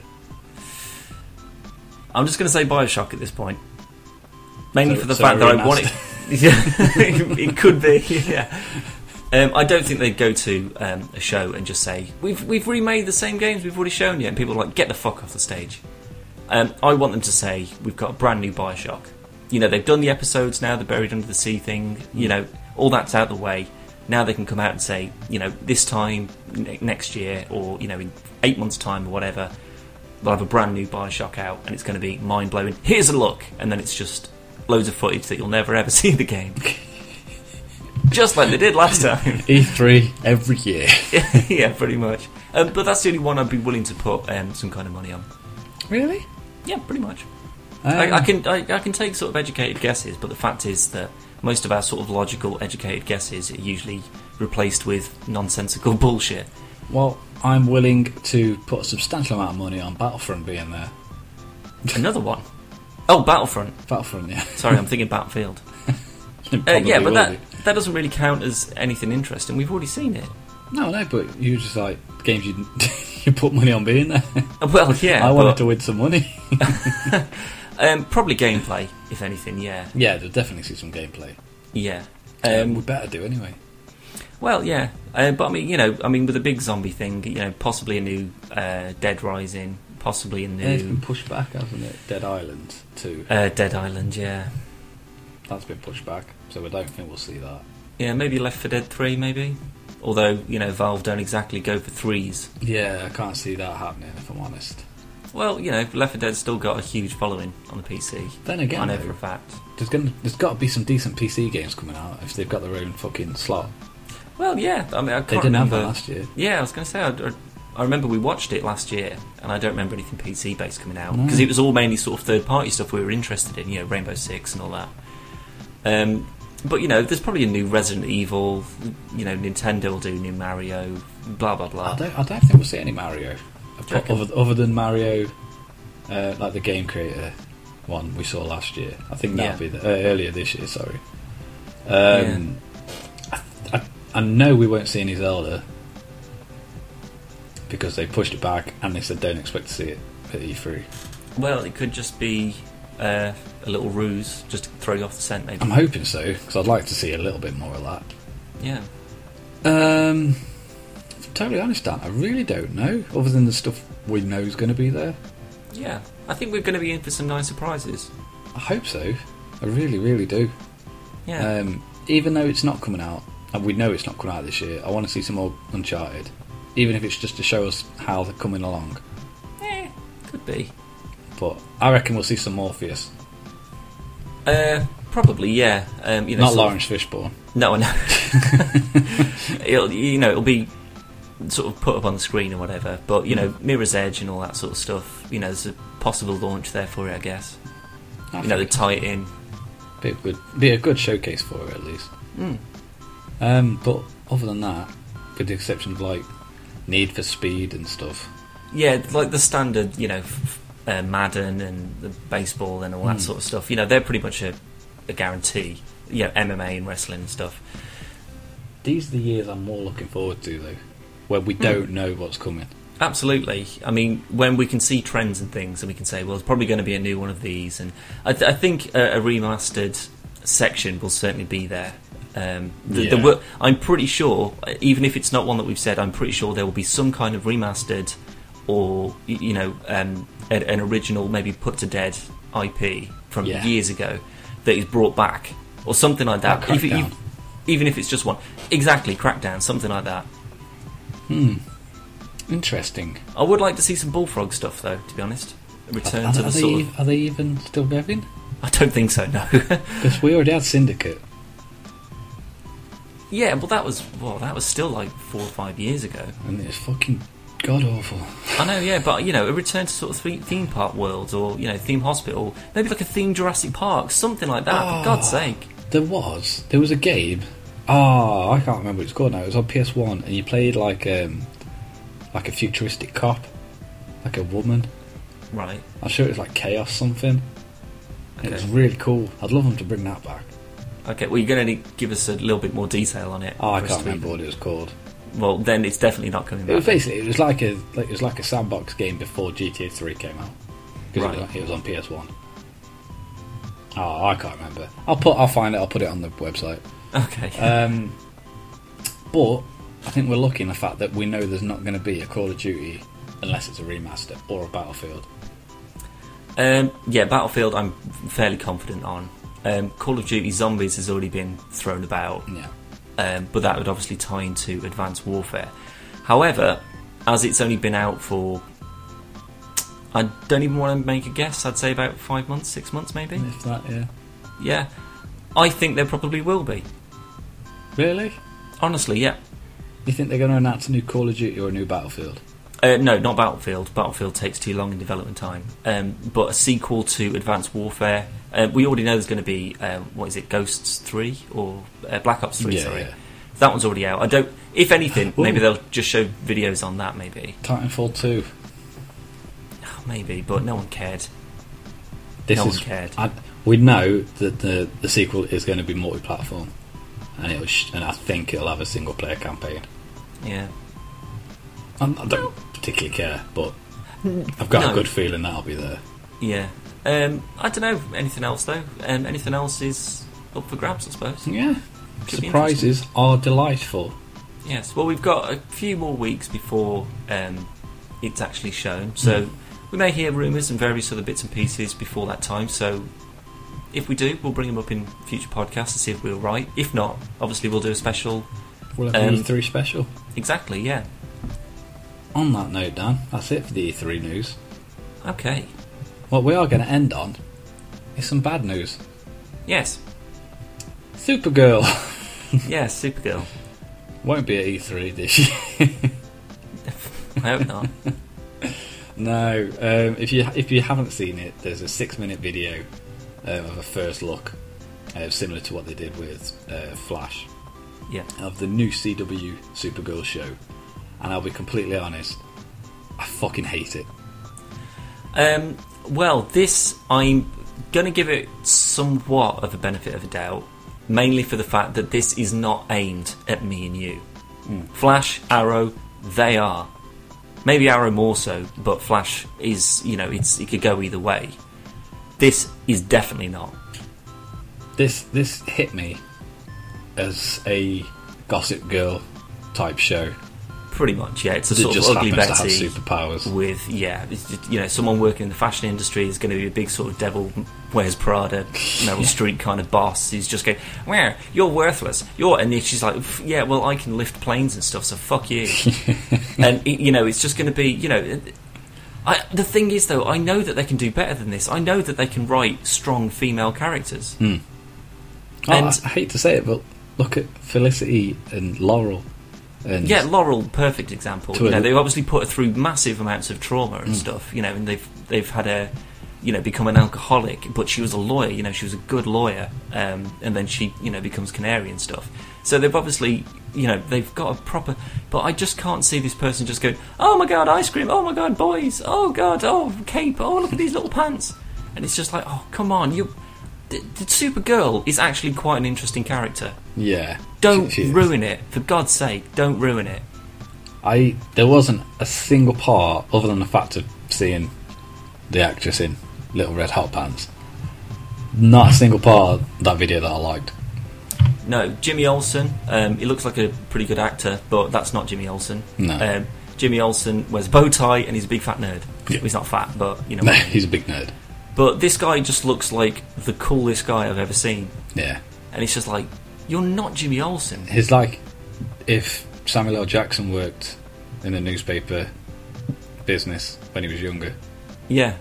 S3: I'm just going to say Bioshock at this point, mainly
S2: So-
S3: for the
S2: so
S3: fact
S2: a
S3: that I want it. Yeah, it could be. Yeah. Um, I don't think they'd go to um, a show and just say we've we've remade the same games we've already shown you, and people are like get the fuck off the stage. Um, I want them to say we've got a brand new Bioshock. You know they've done the episodes now, the buried under the sea thing. You know all that's out of the way. Now they can come out and say you know this time ne- next year or you know in eight months time or whatever they'll have a brand new Bioshock out and it's going to be mind blowing. Here's a look, and then it's just loads of footage that you'll never ever see in the game. just like they did last time.
S2: E3 E every year.
S3: yeah, pretty much. Um, but that's the only one I'd be willing to put um, some kind of money on.
S2: Really?
S3: Yeah, pretty much.
S2: Um,
S3: I, I can I, I can take sort of educated guesses, but the fact is that most of our sort of logical, educated guesses are usually replaced with nonsensical bullshit.
S2: Well, I'm willing to put a substantial amount of money on Battlefront being there.
S3: Another one. Oh, Battlefront.
S2: Battlefront, yeah.
S3: Sorry, I'm thinking Battlefield. Uh,
S2: Probably
S3: yeah, but
S2: will
S3: that
S2: be.
S3: that doesn't really count as anything interesting. We've already seen it.
S2: No, no, but you just like games you you put money on being there.
S3: Uh, Well, yeah,
S2: I wanted
S3: but,
S2: to win some money.
S3: um, probably gameplay, if anything. Yeah,
S2: yeah, they'll definitely see some gameplay.
S3: yeah.
S2: Um, we
S3: Um,
S2: better do anyway.
S3: well, yeah, uh, but I mean, you know, I mean, with a big zombie thing, you know, possibly a new uh, Dead Rising, possibly a
S2: Yeah, It's been
S3: new
S2: pushed back, hasn't it? Dead Island too.
S3: uh, Dead Island. Yeah,
S2: That's been pushed back, so I don't think we'll see that.
S3: yeah, maybe Left for Dead Three, maybe. Although you know, Valve don't exactly go for threes.
S2: Yeah, I can't see that happening if I'm honest.
S3: Well, you know, Left 4 Dead's still got a huge following on the PC.
S2: Then again,
S3: I know
S2: though,
S3: for a fact.
S2: there's gonna there's got to be some decent PC games coming out if they've got their own fucking slot.
S3: Well, yeah, I mean, I can't
S2: They didn't have
S3: remember.
S2: that last year.
S3: Yeah, I was going to say, I, I- I remember we watched it last year, and I don't remember anything PC based coming out
S2: No.
S3: because it was all mainly sort of third party stuff we were interested in, you know, Rainbow Six and all that. Um, but you know, there's probably a new Resident Evil. You know, Nintendo will do new Mario, blah blah
S2: I
S3: blah.
S2: don't I don't think we'll see any Mario,
S3: Do you reckon?
S2: other, other than Mario, uh, like the game creator one we saw last year. I think that'll
S3: Yeah.
S2: be the, uh, earlier this year. Sorry. Um, I, I, I know we won't see any Zelda because they pushed it back and they said don't expect to see it at E E3.
S3: Well, it could just be uh, a little ruse, just to throw you off the scent, maybe.
S2: I'm hoping so because I'd like to see a little bit more of that.
S3: Yeah.
S2: Um, if I'm totally honest, Dan, I really don't know. Other than the stuff we know is going to be there,
S3: Yeah, I think we're going to be in for some nice surprises.
S2: I hope so. I really, really do.
S3: Yeah,
S2: Um, even though it's not coming out, and we know it's not coming out this year, I want to see some more Uncharted, even if it's just to show us how they're coming along.
S3: eh, could be.
S2: But I reckon we'll see some Morpheus,
S3: Uh, probably, yeah. Um, you know,
S2: not
S3: sort of-
S2: Lawrence Fishburne.
S3: No, no. it'll, you know, it'll be sort of put up on the screen or whatever. But you know, Mirror's Edge and all that sort of stuff. You know, there's a possible launch there for it, I guess.
S2: I
S3: You know, they
S2: think
S3: tie it in.
S2: it'd be a good, be a good showcase for it at least.
S3: Mm.
S2: Um, but other than that, with the exception of like Need for Speed and stuff,
S3: Yeah, like the standard, you know, f- uh, Madden and the baseball and all that
S2: Mm.
S3: sort of stuff. You know, they're pretty much a, a guarantee. You know, MMA and wrestling and stuff.
S2: These are the years I'm more looking forward to, though, where
S3: Hmm.
S2: we don't know what's coming.
S3: Absolutely. I mean, when we can see trends and things, and we can say, well, it's probably going to be a new one of these, and I, th- I think a, a remastered section will certainly be there. Um, the, the
S2: Yeah.
S3: wo- I'm pretty sure, uh, even if it's not one that we've said, I'm pretty sure there will be some kind of remastered, or y- you know, um, an, an original, maybe put to dead IP from
S2: Yeah.
S3: years ago that is brought back, or something like that.
S2: Like
S3: If it-
S2: Crackdown.
S3: even if it's just one, exactly, Crackdown, something like that.
S2: Interesting.
S3: I would like to see some bullfrog stuff, though. To be honest, a return
S2: are,
S3: to
S2: are
S3: the
S2: they, e-
S3: sort of.
S2: are they even still going?
S3: I don't think so. No.
S2: Because we already had Syndicate.
S3: yeah, well, that was well, that was still like four or five years ago.
S2: And it's fucking god awful.
S3: I know, yeah, but you know, a return to sort of theme, theme park worlds or you know, theme hospital, maybe like a theme Jurassic Park, something like that. For
S2: Oh.
S3: God's sake.
S2: There was there was a game. Ah, I can't remember what it's called now. It was on PS One, and you played like um like a futuristic cop, like a woman.
S3: Right.
S2: I'm sure it was like Chaos something. It was
S3: Okay.
S2: really cool. I'd love them to bring that back.
S3: Okay. Well, you're going to give us a little bit more detail on it.
S2: Oh, I
S3: for us
S2: can't
S3: to-
S2: remember what it was called.
S3: Well, then it's definitely not coming
S2: It was
S3: back.
S2: basically it was like a like, it was like a sandbox game before GTA Three came out because
S3: Right.
S2: it, was on PS One. Oh, I can't remember. I'll put I'll find it. I'll put it on the website.
S3: Okay.
S2: Um, but I think we're lucky in the fact that we know there's not going to be a Call of Duty unless it's a remaster or a Battlefield.
S3: Um, yeah, Battlefield, I'm fairly confident on. Um, Call of Duty Zombies has already been thrown about.
S2: Yeah,
S3: um, but that would obviously tie into Advanced Warfare. However, as it's only been out for, I don't even want to make a guess. I'd say about five months,
S2: Mm.
S3: six months, maybe.
S2: if that yeah.
S3: Yeah, I think there probably will be.
S2: Really?
S3: Honestly, yeah.
S2: You think they're going to announce a new Call of Duty or a new Battlefield?
S3: Uh, no, not Battlefield. Battlefield takes too long in development time. Um, but a sequel to Advanced Warfare. Uh, we already know there's going to be um, what is it, Ghosts Three or uh, Black Ops Three?
S2: Yeah,
S3: sorry,
S2: yeah.
S3: that one's already out. I don't. If anything, maybe
S2: Ooh.
S3: they'll just show videos on that. Maybe,
S2: Titanfall 2.
S3: maybe, but no one cared.
S2: This
S3: No one
S2: is,
S3: cared.
S2: I, we know that the, the sequel is going to be multi-platform, and it sh- and I think it'll have a single-player campaign.
S3: Yeah,
S2: I'm, I do not particularly care, but I've got
S3: No.
S2: a good feeling that'll be there.
S3: yeah. Um, I don't know anything else though. Um, anything else is up for grabs, I suppose.
S2: Yeah,
S3: Could be
S2: Hmm, surprises are delightful.
S3: Yes, well, we've got a few more weeks before um, it's actually shown, so
S2: Hmm.
S3: we may hear rumours and various other bits and pieces before that time. So, if we do, we'll bring them up in future podcasts to see if we were right. If not, obviously, we'll do a special.
S2: We'll have an
S3: Um,
S2: E3 special.
S3: Exactly, yeah.
S2: On that note, Dan, that's it for the E3 news.
S3: Okay.
S2: What we are going to end on is some bad news.
S3: Yes,
S2: Supergirl
S3: yeah, Supergirl.
S2: won't be at E3 this year.
S3: I hope not.
S2: no, um, if you if you haven't seen it, there's a six minute video um, of a first look, uh, similar to what they did with uh, Flash,
S3: Yeah.
S2: of the new CW Supergirl show. And I'll be completely honest, I fucking hate it.
S3: Um, well, this I'm going to give it somewhat of a benefit of a doubt, mainly for the fact that this is not aimed at me and you.
S2: Hmm.
S3: Flash, Arrow, they are. Maybe Arrow more so, but Flash is you know it's it could go either way. This is definitely not.
S2: This this hit me as a Gossip Girl type show.
S3: Pretty much, yeah. It's a
S2: It
S3: sort of
S2: just
S3: ugly
S2: happens
S3: Betsy.
S2: to have superpowers.
S3: with yeah, it's just, you know, someone working in the fashion industry is going to be a big sort of devil wears Prada, Meryl Street Streep kind of boss. He's just going, "Where you're worthless, you're," and then she's like, "Pff, "Yeah, well, I can lift planes and stuff, so fuck you." and it- you know, it's just going to be, you know. I, the thing is, though, I know that they can do better than this. I know that they can write strong female characters.
S2: Oh,
S3: And-
S2: I, I hate to say it, but look at Felicity and Laurel. And
S3: Yeah, Laurel, perfect example.
S2: To
S3: You know,
S2: a- Mm.
S3: they've obviously put her through massive amounts of trauma and stuff. You know, and they've they've had a, you know, become an alcoholic. But she was a lawyer. You know, she was a good lawyer. Um, and then she, you know, becomes canary and stuff. So they've obviously, you know, they've got a proper. But I just can't see this person just going, "Oh my god, ice cream! Oh my god, boys! Oh god, oh cape! Oh look at these little pants!" And it's just like, "Oh come on, you." The, the Supergirl is actually quite an interesting character.
S2: yeah,
S3: Don't
S2: She- she is.
S3: ruin it, for God's sake! Don't ruin it.
S2: I there wasn't a single part other than the fact of seeing the actress in Little Red Hot Pants. Not a single part of that video that I liked.
S3: No, Jimmy Olsen. Um, he looks like a pretty good actor, but that's not Jimmy Olsen.
S2: No.
S3: Um, Jimmy Olsen wears a bow tie and he's a big fat nerd.
S2: Yeah.
S3: Well, he's not fat, but you know.
S2: No,
S3: what I mean.
S2: he's a big nerd.
S3: But this guy just looks like the coolest guy I've ever seen,
S2: Yeah,
S3: and it's just like, you're not Jimmy Olsen.
S2: he's like if Samuel L. Jackson worked in the newspaper business when he was younger.
S3: Yeah.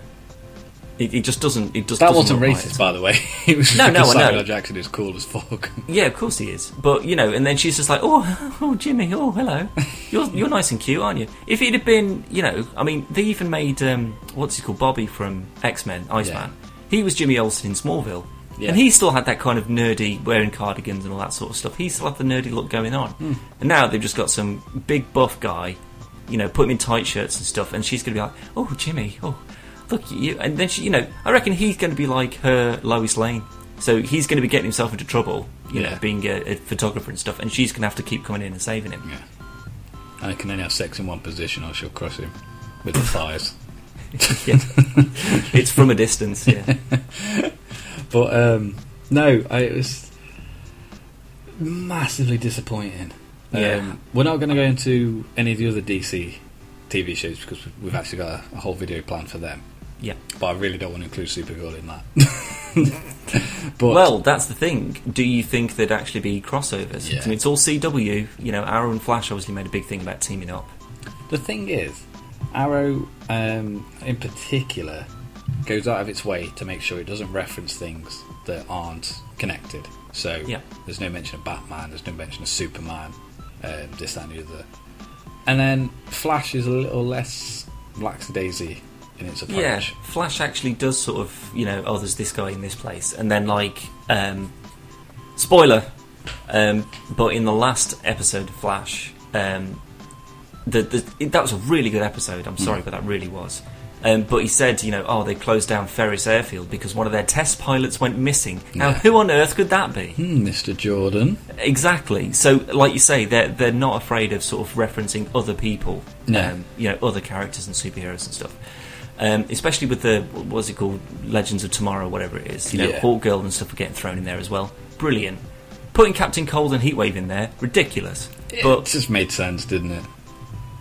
S3: It, it just doesn't. It just
S2: That
S3: doesn't
S2: wasn't
S3: look
S2: racist,
S3: right.
S2: by the way. it was
S3: No, no,
S2: because
S3: I know.
S2: Samuel L. Jackson is cool as fuck.
S3: Yeah, of course he is. But you know, and then she's just like, "Oh, oh, Jimmy, oh, hello. You're you're nice and cute, aren't you?" If it had been, you know, I mean, they even made um, what's he called, Bobby from X Men, Iceman. He was Jimmy Olsen in Smallville,
S2: Yeah.
S3: and he still had that kind of nerdy wearing cardigans and all that sort of stuff. He still had the nerdy look going on. And now they've just got some big buff guy, you know, put him in tight shirts and stuff, and she's going to be like, "Oh, Jimmy, oh." Look at you, and then she, you know, I reckon he's going to be like her Lois Lane. So he's going to be getting himself into trouble, you
S2: Yeah.
S3: know, being a, a photographer and stuff, and she's going to have to keep coming in and saving him.
S2: Yeah. And I can only have sex in one position or she'll cross him with the thighs.
S3: Yeah. it's from a distance, yeah.
S2: But um, no, I, it was massively disappointing.
S3: Yeah.
S2: Um, we're not going to go into any of the other DC TV shows because we've- we've actually got a, a whole video planned for them.
S3: Yeah.
S2: But I really don't want to include Supergirl in that. but
S3: Well, that's the thing. Do you think there'd actually be crossovers?
S2: Yeah.
S3: I mean, it's all CW. You know, Arrow and Flash obviously made a big thing about teaming up.
S2: the thing is, Arrow um, in particular goes out of its way to make sure it doesn't reference things that aren't connected. So
S3: Yeah.
S2: there's no mention of Batman, there's no mention of Superman, um, this, that, and the other. And then Flash is a little less lackadaisy in its approach.
S3: Yeah, Flash actually does sort of, you know, oh, there's this guy in this place, and then like, um, spoiler, um, but in the last episode of Flash, um, the, the it, that was a really good episode. I'm
S2: Hmm.
S3: sorry, but that really was. Um, but he said, you know, oh, they closed down Ferris Airfield because one of their test pilots went missing. Now,
S2: Yeah.
S3: who on earth could that be?
S2: Hmm, Mr. Jordan.
S3: Exactly. So, like you say, they're they're not afraid of sort of referencing other people,
S2: No.
S3: um, you know, other characters and superheroes and stuff. Um, especially with the what was it called, Legends of Tomorrow, whatever it is. You know,
S2: Yeah.
S3: Hawkgirl and stuff are getting thrown in there as well. Brilliant. Putting Captain Cold and Heatwave in there, ridiculous.
S2: it
S3: But
S2: just made sense, didn't it?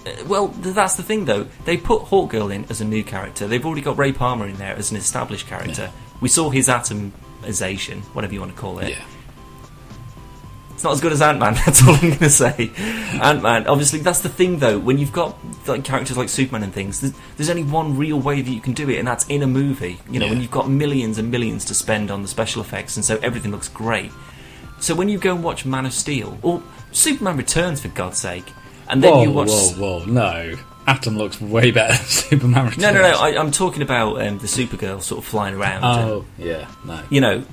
S3: uh, well, th- that's the thing though. They put Hawkgirl in as a new character. They've already got Ray Palmer in there as an established character. We saw his atomization, whatever you want to call it.
S2: Yeah.
S3: It's not as good as Ant Man. That's all I'm going to say. Ant Man. Obviously, that's the thing though. When you've got like characters like Superman and things, there's, there's only one real way that you can do it, and that's in a movie. You know, when
S2: Yeah.
S3: you've got millions and millions to spend on the special effects, and so everything looks great. So when you go and watch Man of Steel or Superman Returns, for God's sake, and then
S2: whoa,
S3: you watch.
S2: whoa, whoa, no. Atom looks way better than Superman Returns.
S3: No, no, no. I, I'm talking about um, the Supergirl sort of flying around. and-
S2: Oh, yeah, no.
S3: you know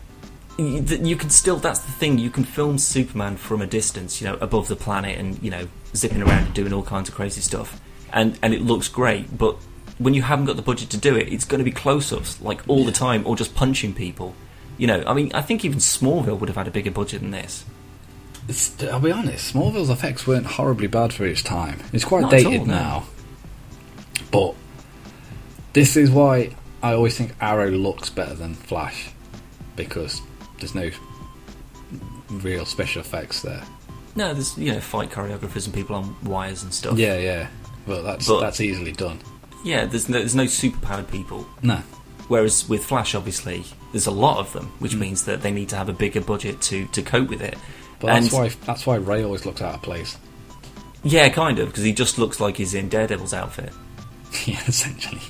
S3: y- th- you can still that's the thing you can film superman from a distance you know above the planet and you know zipping around and doing all kinds of crazy stuff and and it looks great but when you haven't got the budget to do it it's going to be close-ups like all the time or just punching people you know i mean i think even smallville would have had a bigger budget than this
S2: It's, I'll be honest, Smallville's effects weren't horribly bad for its time. It's quite
S3: Not at
S2: dated
S3: all, no.
S2: now. But this is why I always think Arrow looks better than Flash because there's no real special effects there.
S3: no there's you know fight choreographers and people on wires and stuff
S2: Yeah, yeah. But that's
S3: But-
S2: that's easily done.
S3: yeah there's no, there's no superpowered people
S2: No.
S3: Whereas with Flash, obviously, there's a lot of them,
S2: Mm.
S3: which means that they need to have a bigger budget to, to cope with it.
S2: But that's
S3: And-
S2: why that's why Ray always looks out of place.
S3: Yeah, kind of, because he just looks like he's in Daredevil's outfit.
S2: yeah, essentially.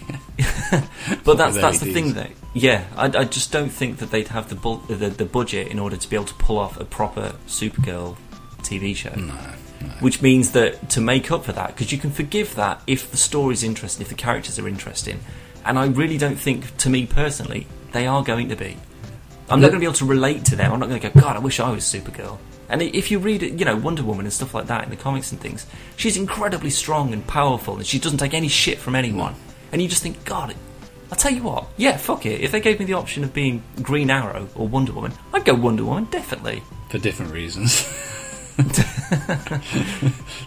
S3: But that's
S2: With
S3: that's the
S2: LEDs.
S3: thing, though. Yeah, I, I just don't think that they'd have the, bul- the the budget in order to be able to pull off a proper Supergirl TV show.
S2: no.
S3: Which means that to make up for that, because you can forgive that if the story's interesting, if the characters are interesting, and I really don't think, to me personally, they are going to be. I'm not
S2: The-
S3: going to be able to relate to them. I'm not going to go, God, I wish I was Supergirl. And i- if you read, you know, Wonder Woman and stuff like that in the comics and things, she's incredibly strong and powerful, and she doesn't take any shit from anyone. And you just think, God, I'll tell you what, yeah, fuck it. If they gave me the option of being Green Arrow or Wonder Woman, I'd go Wonder Woman definitely.
S2: For different reasons.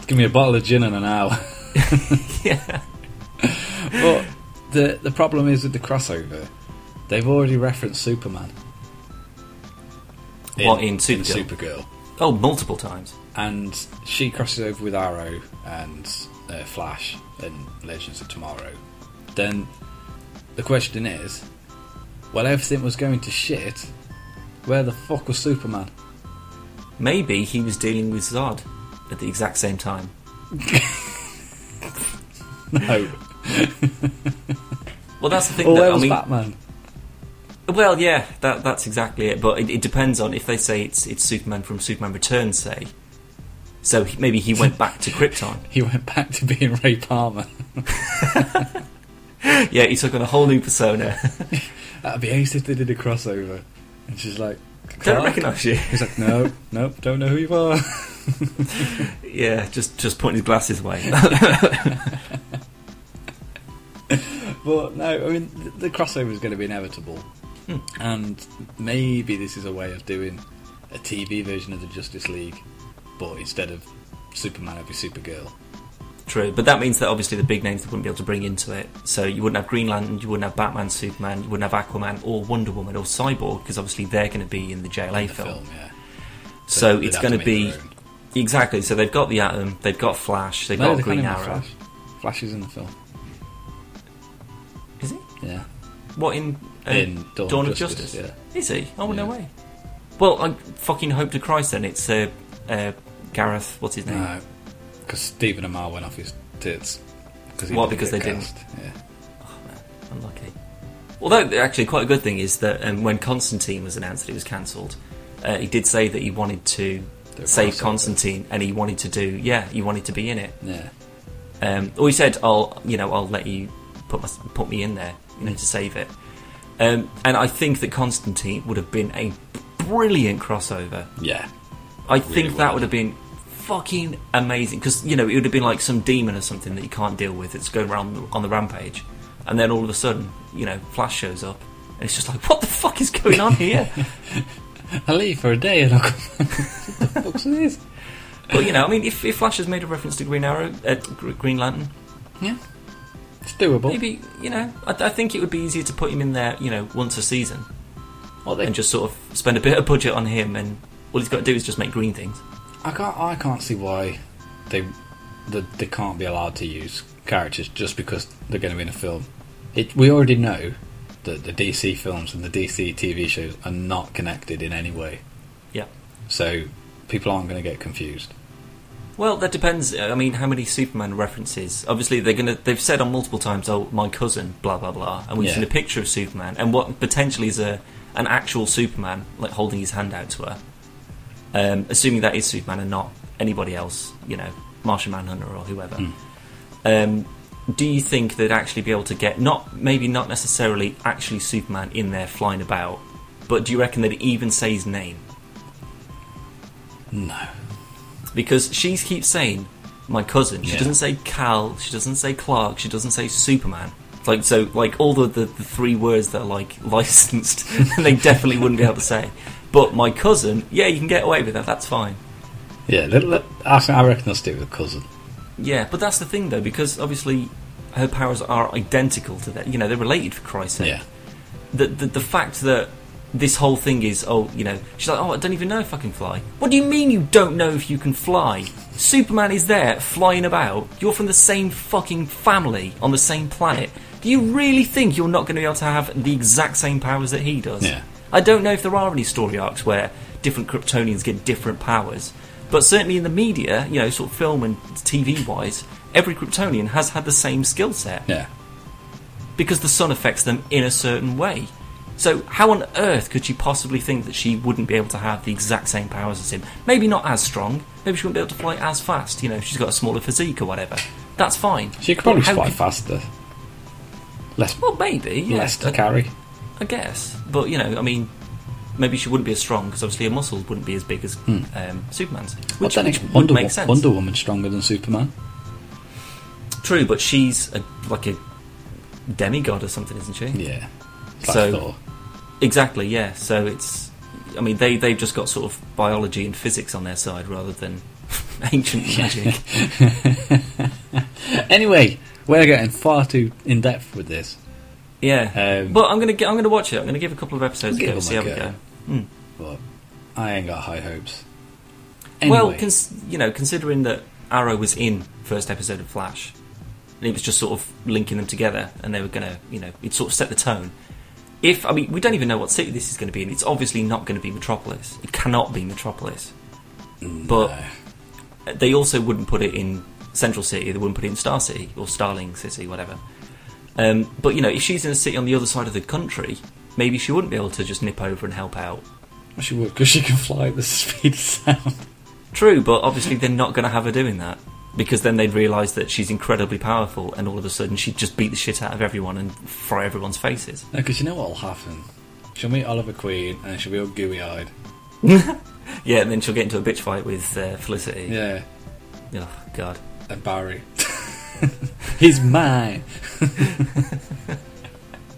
S2: Give me a bottle of gin and an hour.
S3: yeah,
S2: But the the problem is with the crossover, they've already referenced Superman.
S3: What, in Supergirl?
S2: Supergirl,
S3: oh, multiple times.
S2: and she crosses over with Arrow and uh, Flash and Legends of Tomorrow. Then the question is, well, everything was going to shit. Where the fuck was Superman?
S3: Maybe he was dealing with Zod at the exact same time.
S2: No,
S3: Well, that's the thing.
S2: or
S3: that,
S2: where
S3: I
S2: was
S3: mean,
S2: Batman?
S3: well, yeah, that, that's exactly it. But it, it depends on if they say it's it's Superman from Superman Returns, say. So he, maybe he went back to Krypton.
S2: He went back to being Ray Palmer.
S3: yeah, he took on a whole new persona.
S2: That'd be ace if they did a crossover. And she's like,
S3: Don't
S2: Clark?
S3: recognise you.
S2: He's like, no, no, don't know who you are.
S3: Yeah, just just putting his glasses away.
S2: But no, I mean, th- the crossover is going to be inevitable.
S3: Hmm.
S2: And maybe this is a way of doing a TV version of the Justice League, but instead of Superman, it'd be Supergirl.
S3: True, but that means that obviously the big names they wouldn't be able to bring into it. So you wouldn't have Green Lantern, you wouldn't have Batman, Superman, you wouldn't have Aquaman or Wonder Woman or Cyborg because obviously they're going to be in the JLA
S2: in the
S3: film.
S2: film, yeah.
S3: So,
S2: they'd
S3: it's
S2: have
S3: going to
S2: make their
S3: be
S2: own.
S3: Exactly. So they've got the Atom, they've got Flash, they've
S2: No,
S3: got
S2: they can't
S3: Green
S2: even have
S3: Arrow.
S2: Flash. Flash is in the film.
S3: Is he?
S2: Yeah.
S3: What in, uh,
S2: in
S3: Dawn, of Justice?
S2: Yeah.
S3: Is he? Oh no
S2: Yeah.
S3: way. Well, I fucking hope to Christ then it's uh, uh, Gareth. What's his name?
S2: No, because Stephen Amell went off his tits. Cause he
S3: What,
S2: didn't
S3: because
S2: get
S3: they didn't-
S2: cast. Yeah.
S3: Unlucky. Although actually, quite a good thing is that um, when Constantine was announced that it was cancelled, Uh, he did say that he wanted to
S2: Do a
S3: save
S2: crossover.
S3: Constantine, and he wanted to do yeah, he wanted to be in it.
S2: Yeah.
S3: Um, or he said, "I'll you know I'll let you put my, put me in there, you know, to save it." Um, and I think that Constantine would have been a brilliant crossover.
S2: Yeah.
S3: I think
S2: would.
S3: that would have been fucking amazing because you know it would have been like some demon or something that you can't deal with that's going around the, on the rampage, and then all of a sudden you know Flash shows up and it's just like what the fuck is going on here?
S2: I leave for a day and I'll come. what the fuck's this?
S3: but you know, I mean, if, if Flash has made a reference to Green Arrow, uh, Gr- Green Lantern,
S2: Yeah. It's doable.
S3: maybe you know I, I think it would be easier to put him in there you know once a season
S2: Well, they,
S3: and just sort of spend a bit of budget on him and. All he's got to do is just make green things.
S2: I can't. I can't see why they that they can't be allowed to use characters just because they're going to be in a film. It, we already know that the DC films and the DC TV shows are not connected in any way,
S3: Yeah.
S2: so people aren't going to get confused.
S3: Well, that depends. I mean, how many Superman references? Obviously, they're gonna. They've said on multiple times, "Oh, my cousin," blah blah blah, and we've
S2: Yeah.
S3: seen a picture of Superman and what potentially is a an actual Superman, like holding his hand out to her. Um, assuming that is Superman and not anybody else, you know, Martian Manhunter or whoever.
S2: Hmm.
S3: Um, do you think they'd actually be able to get not maybe not necessarily actually Superman in there flying about, but do you reckon they'd even say his name?
S2: No.
S3: because she keeps saying my cousin. She
S2: Yeah.
S3: doesn't say Cal. She doesn't say Clark. She doesn't say Superman. It's Like so, like all the, the, the three words that are like licensed, they definitely wouldn't be able to say. But my cousin, yeah, you can get away with that. That's fine.
S2: Yeah. Let, let, I, think- I reckon they'll stick with cousin.
S3: Yeah, but that's the thing though, because obviously her powers are identical to that. You know, they're related for Christ's sake.
S2: Yeah.
S3: The, the the fact that this whole thing is, oh, you know, she's like, oh, I don't even know if I can fly. What do you mean you don't know if you can fly? Superman is there flying about. You're from the same fucking family on the same planet. Do you really think you're not going to be able to have the exact same powers that he does?
S2: Yeah.
S3: I don't know if there are any story arcs where different Kryptonians get different powers, but certainly in the media, you know, sort of film and TV wise, every Kryptonian has had the same skill set
S2: Yeah.
S3: because the sun affects them in a certain way. So how on earth could she possibly think that she wouldn't be able to have the exact same powers as him? Maybe not as strong. Maybe she wouldn't be able to fly as fast. You know, if she's got a smaller physique or whatever. That's fine.
S2: She could probably
S3: But how
S2: fly
S3: could-
S2: faster. Less.
S3: Well, maybe. Yeah,
S2: less to
S3: I,
S2: carry.
S3: I guess. But you know, I mean, maybe she wouldn't be as strong because obviously her muscles wouldn't be as big as um, Superman's, which,
S2: Hmm. well, then
S3: which
S2: it's
S3: would
S2: Wonder,
S3: make
S2: Wo-
S3: sense.
S2: Wonder Woman stronger than Superman.
S3: True, but she's a, like a demigod or something, isn't she?
S2: Yeah. It's like
S3: So-
S2: Thor.
S3: Exactly, yeah. So it's, I mean, they they've just got sort of biology and physics on their side rather than ancient magic.
S2: Anyway, we're getting far too in depth with this.
S3: yeah,
S2: Um, Oh,
S3: but I'm gonna gi- I'm gonna watch it. I'm gonna give a couple of episodes a
S2: Give
S3: go
S2: them
S3: see
S2: a
S3: how we
S2: go.
S3: go. Mm.
S2: but I ain't got high hopes.
S3: Well,
S2: Anyway,
S3: cons- you know, considering that Arrow was in first episode of Flash, and it was just sort of linking them together, and they were gonna, you know, it sort of set the tone. If I mean, we don't even know what city this is going to be in. It's obviously not going to be Metropolis. It cannot be Metropolis. But
S2: no.
S3: they also wouldn't put it in Central City. They wouldn't put it in Star City or Starling City, whatever. Um, but you know, if she's in a city on the other side of the country, maybe she wouldn't be able to just nip over and help out.
S2: she would because she can fly at the speed of sound.
S3: True, but obviously they're not going to have her doing that because then they'd realise that she's incredibly powerful, and all of a sudden she'd just beat the shit out of everyone and fry everyone's faces.
S2: No, because you know what'll happen. She'll meet Oliver Queen and she'll be all gooey-eyed.
S3: Yeah, and then she'll get into a bitch fight with uh, Felicity.
S2: Yeah,
S3: Oh God.
S2: and Barry. He's mine.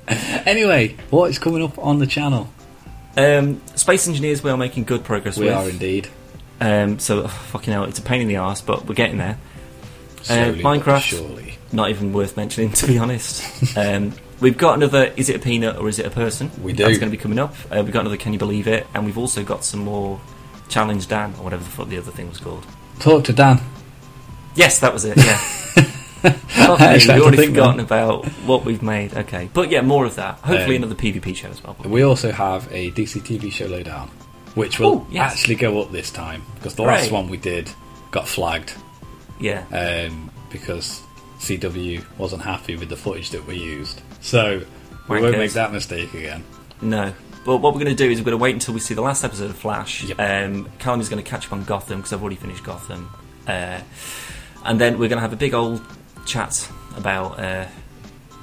S2: anyway, what is coming up on the channel?
S3: Um, Space engineers, we are making good progress
S2: We
S3: with.
S2: are indeed
S3: Um, so fucking hell, it's a pain in the ass, but we're getting there.
S2: slowly but
S3: Minecraft.
S2: surely.
S3: not even worth mentioning to be honest. Um, we've got another is it a peanut or is it a person?
S2: We do.
S3: That's going to be coming up. Uh, we've got another can you believe it? And we've also got some more challenge Dan or whatever the fuck the other thing was called.
S2: Talk to Dan.
S3: Yes, that was it. Yeah. Fuck me,
S2: I actually had
S3: we've
S2: to
S3: already
S2: think
S3: forgotten about what we've made. Okay, but yeah, more of that. Hopefully
S2: Um,
S3: another PvP show as well.
S2: We also have a DC TV show lowdown, which will
S3: Ooh, yes.
S2: actually go up this time because the last
S3: Hooray.
S2: one we did got flagged
S3: Yeah.
S2: um, because CW wasn't happy with the footage that we used. So we
S3: Wankers.
S2: won't make that mistake again.
S3: No. But what we're going to do is we're going to wait until we see the last episode of Flash.
S2: Yep.
S3: Um, Callum is going to catch up on Gotham because I've already finished Gotham. Uh, and then we're going to have a big old chat about uh,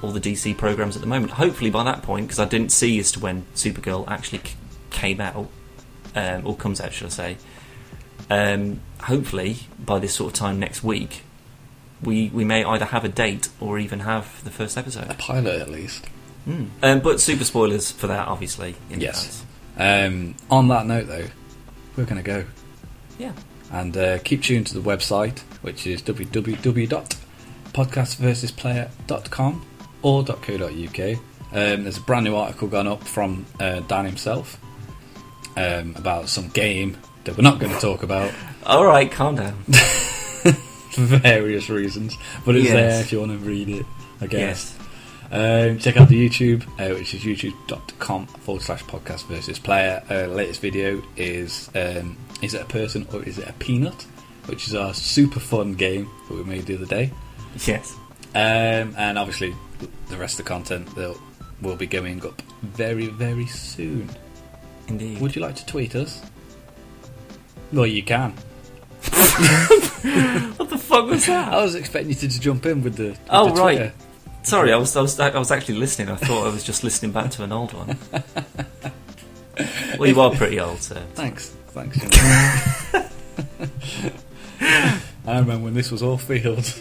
S3: all the DC programs at the moment. Hopefully by that point, because I didn't see as to when Supergirl actually c- came out, um, or comes out, should I say. Um, hopefully by this sort of time next week, we, we may either have a date or even have the first episode.
S2: A pilot, at least.
S3: Um, but super spoilers for that, obviously. In
S2: Hmm. Yes.
S3: advance.
S2: Um, on that note, though, we're going to go.
S3: Yeah.
S2: And uh, keep tuned to the website, which is www.podcastversusplayer.com or .co.uk. Um, there's a brand new article gone up from uh, Dan himself um, about some game that we're not going to talk about
S3: All right, calm down.
S2: for various reasons, but it's
S3: Yes.
S2: there if you want to read it, I guess. Um, check out the YouTube, uh, which is youtube.com forward slash podcast versus player. Uh, latest video is um, Is It a Person or Is It a Peanut? which is our super fun game that we made the other day.
S3: Yes. Yes.
S2: Um, and obviously, the rest of the content that will be going up very, very soon.
S3: Indeed.
S2: Would you like to tweet us? Well, you can.
S3: what the fuck was that?
S2: I was expecting you to just jump in with the. With
S3: Oh,
S2: the
S3: right.
S2: Twitter.
S3: Sorry, I was, I was I was actually listening. I thought I was just listening back to an old one. well, you are pretty old, so
S2: Thanks. Thanks. Jim. I remember when this was all field.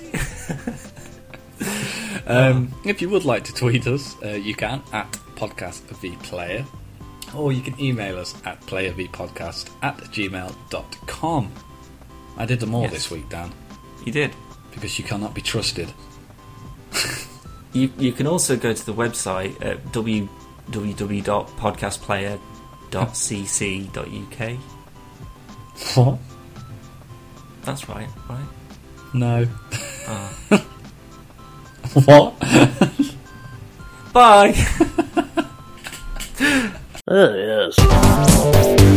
S2: um, if you would like to tweet us, uh, you can at podcastvplayer, or you can email us at playervpodcast at gmail.com. I did them all
S3: Yes.
S2: this week, Dan,
S3: you did.
S2: because you cannot be trusted.
S3: You you can also go to the website at www.podcastplayer.cc.uk.
S2: What?
S3: That's right, right?
S2: No.
S3: Ah.
S2: what?
S3: Bye.
S1: There it is.